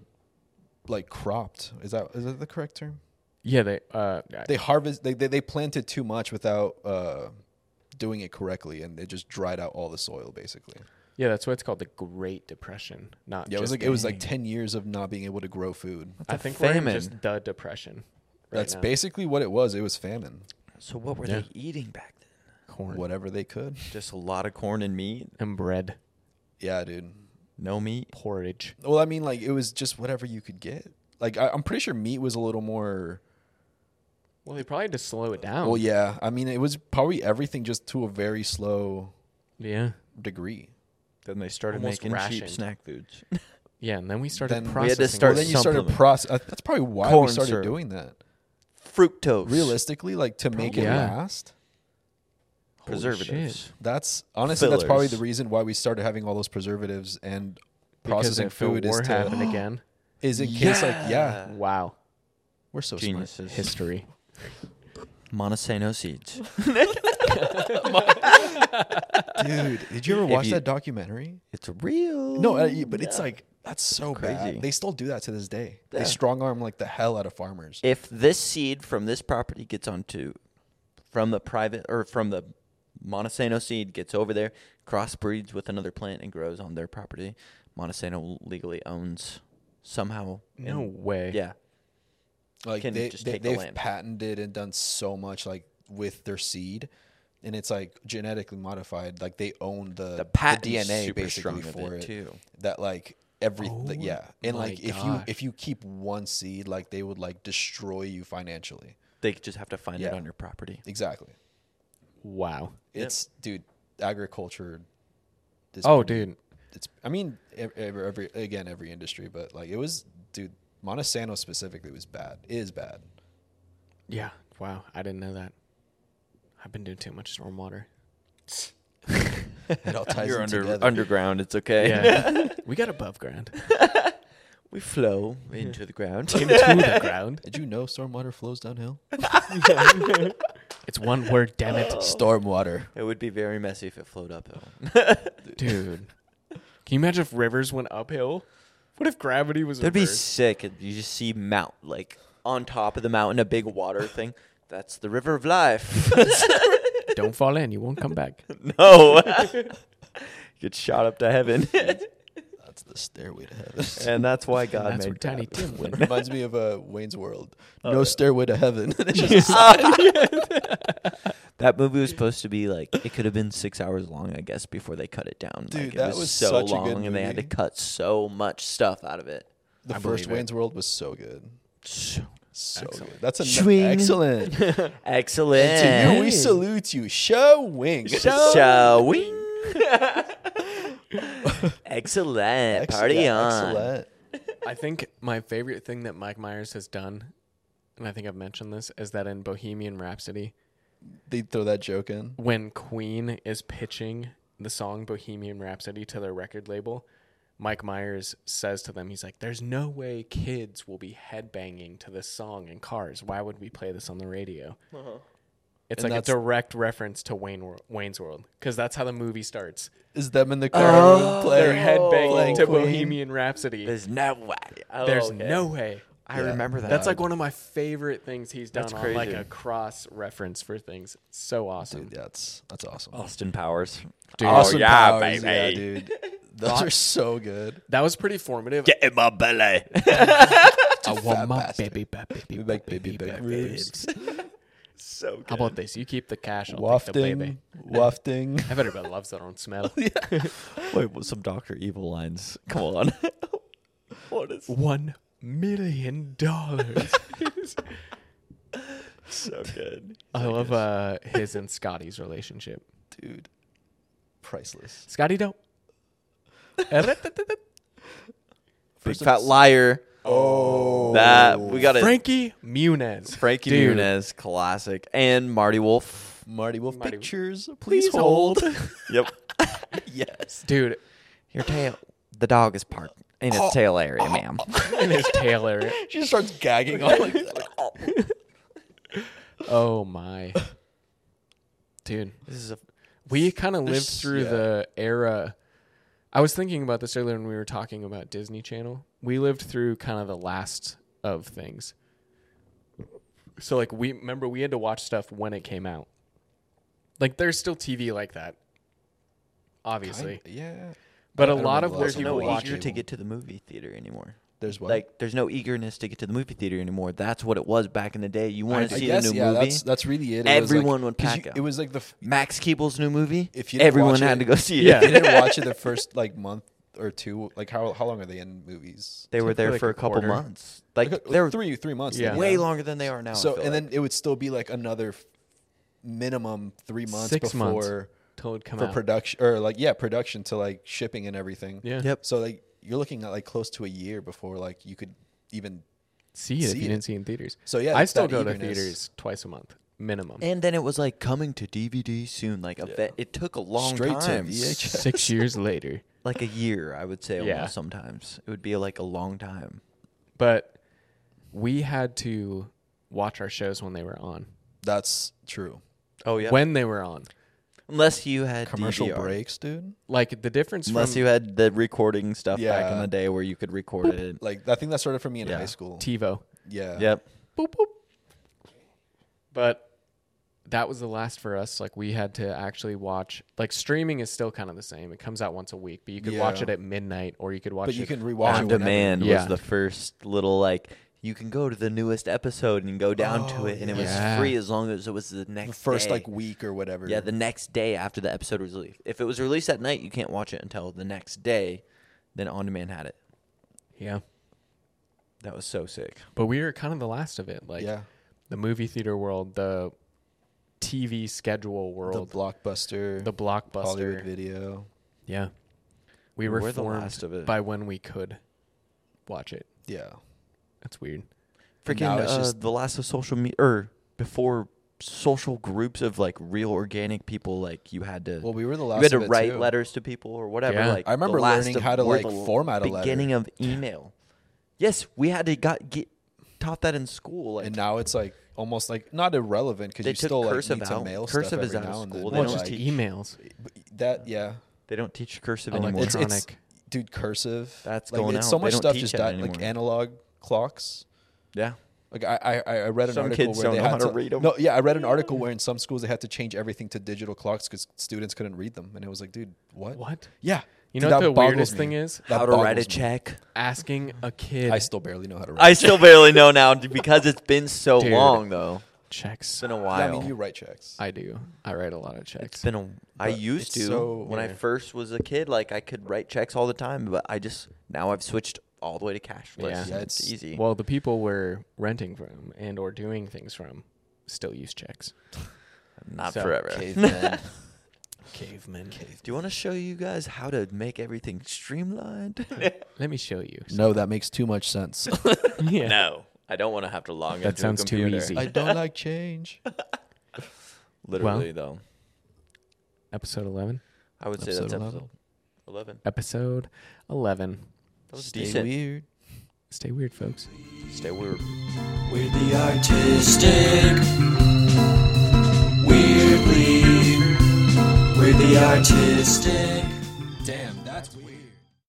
like cropped. Is that is that the correct term?
Yeah. They. Uh.
They harvest. They they, they planted too much without uh, doing it correctly, and it just dried out all the soil basically.
yeah. That's why it's called the Great Depression. Not.
Yeah, it was
just
like
the-
it was like ten years of not being able to grow food.
I
the
think we're
famine.
in just the Depression. Right
That's
now.
basically what it was. It was famine.
So what were
Yeah.
they eating back then?
corn
Whatever they could.
Just a lot of corn and meat.
and bread
Yeah, dude.
No meat.
porridge.
Well, I mean, like it was just whatever you could get. Like I, I'm pretty sure meat was a little more.
Well, they probably had to slow it down.
Well, yeah. I mean, it was probably everything just to a very slow
Yeah.
degree.
Then they started
Almost
making cheap
rationed.
snack foods.
Yeah, and then we started
Then-
processing.
We
had to
Well,
start
then you started
Something.
process. Uh, that's probably why
Corn
we started
syrup.
doing that.
Fructose.
Realistically, like to make it
Probably. Yeah.
last.
Holy
preservatives.
shit.
That's honestly that's probably the
Fillers.
reason why we started having all those preservatives and
Because
processing
if the
food is
war happened
to,
again.
is in case like yeah
Wow.
we're so smart.
Geniuses.
History.
Montesano seeds.
Dude, did you ever
If
watch
you-
that documentary?
It's real.
No, uh, but it's like that's so
Crazy.
bad. They still do that to this day.
Yeah.
They strong arm like the hell out of farmers.
if this seed from this property gets onto from the private or from the Montesano seed gets over there, crossbreeds with another plant and grows on their property, Montesano legally owns somehow.
No way.
Yeah.
like
can
they,
just
they
take the
they've
land.
patented and done so much like with their seed, and it's like genetically modified. Like they own the
The patent's
DNA
super strong
basically
of
for
it,
it,
too.
That like every like, yeah, and
my
like if you
gosh.
if you keep one seed, like they would like destroy you financially.
They just have to find it
Yeah.
on your property.
Exactly.
Wow.
It's dude, agriculture. Is
Oh, dude.
it's I mean ev- every, every again every industry, but like it was dude Montesano specifically was bad is bad.
Yeah. Wow. I didn't know that. I've been doing too much stormwater.
It all ties
You're
in
under,
together.
underground. It's okay.
Yeah. we got above ground.
We flow into the ground.
Into the ground.
Did you know stormwater flows downhill?
It's one word, damn it.
Stormwater.
it would be very messy if it flowed uphill.
Dude. Can you imagine if rivers went uphill? What if gravity was
That'd be
reversed?
sick. if You just see mount like on top of the mountain, a big water thing. That's the river of life.
Don't fall in. You won't come back.
no, get shot up to heaven,
That's the stairway to heaven.
and that's why God
That's
made
where Tiny
that.
Tim went.
Reminds me of uh, Wayne's World. no stairway to heaven. It's just-
That movie was supposed to be like it could have been six hours long, I guess, before they cut it down.
Dude,
like, it
that
was,
was
so
such a good
long, and they had to
movie.
cut so much stuff out of it.
The
I
first
believe it.
Wayne's World was so good. So good. That's an
Swing.
excellent. to you,
Excellent.
we salute you. Show wing.
Shall we? excellent. Party
Yeah,
on.
Excellent.
I think my favorite thing that Mike Myers has done, and I think I've mentioned this, is that in Bohemian Rhapsody,
They throw that joke in.
when Queen is pitching the song Bohemian Rhapsody to their record label, Mike Myers says to them, he's like, There's no way kids will be headbanging to this song in cars. Why would we play this on the radio? It's
And
like a
that's-
direct reference to Wayne Wor- Wayne's World because that's how the movie starts.
Is them in the car
They're
playing
headbanging
playing
to
Queen.
Bohemian Rhapsody. There's,
There's no way. Oh, okay.
no way.
I remember that.
That's like one of my favorite things he's done
That's
on like
crazy.
a cross reference for things. So awesome.
Dude, that's that's awesome.
Austin Powers.
Dude.
oh
Austin
yeah,
Powers, yeah,
baby.
dude. Those are so good.
That was pretty formative.
Get in my belly.
I want my
bastard.
baby, back, baby,
We
back,
make baby back ribs.
so good.
How about this? You keep the cash, I'll take the baby.
Wafting, wafting.
Everybody loves their own smell.
Wait, what- some Doctor Evil lines. Come on. what is
One million dollars.
so good?
I love uh, his and Scotty's relationship.
Dude, priceless.
Scotty don't.
Big fat liar. Oh, that we got it.
Frankie Muniz.
Frankie
Dude,
Muniz, classic, and Marty Wolf.
Marty Wolf
Marty-
pictures.
Please hold.
Yep.
yes.
Dude,
Your tail. The dog is parked in its tail area, ma'am.
and his tail area.
She just starts gagging on. Like,
Oh my. Dude.
this is a
we kind of lived
There's-
through
yeah.
the era. I was thinking about this earlier when we were talking about Disney Channel. We lived through kind of the last of things. So like we remember we had to watch stuff when it came out. Like there's still TV like that. Obviously.
yeah.
But
I
a
don't
lot of
remember
where
the last
people
one.
no
No
watch
eager
eager
to
to
get to the movie theater anymore.
There's what?
Like, there's no eagerness to get to the movie theater anymore. That's what it was back in the day. You want to
I
see
guess
a new
yeah.
movie.
That's that's really it. it was like-
Everyone would
'cause
pack
you-
out.
It was like the f-
Max Keeble's new movie.
If you didn't
everyone
watch it-
had to go see it.
if you didn't watch it the first like month or two. Like how how long are they in movies?
They were there
like
for
a
a couple
quarter.
months. Like,
Like,
they were
three three months.
Yeah.
way longer than they are now. I
So
feel
and
like.
then it would still be like another f- minimum three months
Six
before
months till it come
for
out.
production or like yeah production to like shipping and everything.
yeah.
Yep.
So like you're looking at like close to a year before like you could even
See it if
See
you
it.
didn't see it in theaters.
So, yeah,
I
it's
still
that
go to
eagerness.
theaters twice a month minimum.
And then it was like coming to DVD soon. Like a ve- it took a long
Straight to
time,
VHS.
Six years later.
like a year, I would say.
Yeah.
Almost sometimes it would be like a long time.
But we had to watch our shows when they were on.
that's true.
Oh yeah.
When they were on.
unless you had
Commercial
DVR.
breaks, dude.
Like the difference
Unless
from
you had the recording stuff back in
Yeah.
the day where you could record it.
Like I think that started for me in
Yeah.
high school.
TiVo.
yeah.
Yep.
Boop boop. But that was the last for us. Like we had to actually watch like streaming is still kind of the same. It comes out once a week, but you could watch
Yeah.
it at midnight or you could watch
But
it
you can rewatch it
On
whenever.
demand
Yeah.
was the first little like you can go to the newest episode and go down to it, and it was
yeah.
free as long as it was Oh, the next
The first
day.
like week or whatever.
Yeah, the next day after the episode was released. If it was released at night, you can't watch it until the next day. Then On Demand had it.
Yeah.
That was so sick.
But we were kind of the last of it. Like
yeah.
the movie theater world, the TV schedule
The
world,
blockbuster.
the, blockbuster.
Hollywood video.
Yeah. We
We
were
were the
formed
last of it.
by when we could watch it.
Yeah.
That's weird.
Freaking
Now it's
uh,
just-
the last of social media, or before social groups of like real organic people, like you had to
Well, we were the
you
last.
had to
of it,
write
too.
letters to people or whatever.
Yeah.
Like
I remember
the last
learning
of-
how to,
we're
like,
the
format a letter.
beginning of email. Yes, we had to got get taught that in school. Like
And now it's like almost like not irrelevant because
They
you
took
still like
cursive
need to
out.
mail
Cursive
stuff
is
every
out of
now and then.
school. They
Well,
don't
just
just teach-
emails.
that yeah.
they don't teach cursive anymore.
It's,
Electronic.
it's dude cursive.
That's
like,
going
it's
out.
So
They
much
don't
stuff
teach
just
that
died, like
anymore.
analog clocks.
yeah,
Like I, I, I read an
Some
article
kids
where
don't
they
know
had
how to read 'em.
No, yeah, I read an article where in some schools they had to change everything to digital clocks because students couldn't read them, and it was like, dude, what?
What?
Yeah.
You
Dude,
know what
that
the
boggles
weirdest
me.
thing is?
That
how to write a
boggles me.
check.
Asking a kid.
I still barely know how to write.
I still barely know now because it's been so
Dude.
long though.
Checks.
It's been a
Yeah, I
while.
mean, you write checks.
I do. I write a lot of checks.
It's been a. I
But
used
it's
to
so-
when I
yeah.
first was a kid. Like I could write checks all the time, but I just now I've switched all the way to cashless.
Yeah.
and
Yeah,
it's,
it's-
easy.
well, the people we're renting from and or doing things from still use checks.
not
so-
forever.
Caveman.
Caveman. Cave.
Do you want to show you guys how to make everything streamlined?
Let me show you.
no, that makes too much sense.
yeah.
no, I don't want to have to log
That
into
sounds
a
too
computer.
easy.
I don't like change.
Literally though,
Episode eleven.
I would say
Episode
that's
11.
episode eleven.
Episode eleven.
That was
Stay
decent.
weird.
Stay weird, folks.
Stay weird.
We're the artistic. Weirdly, we're the artistic.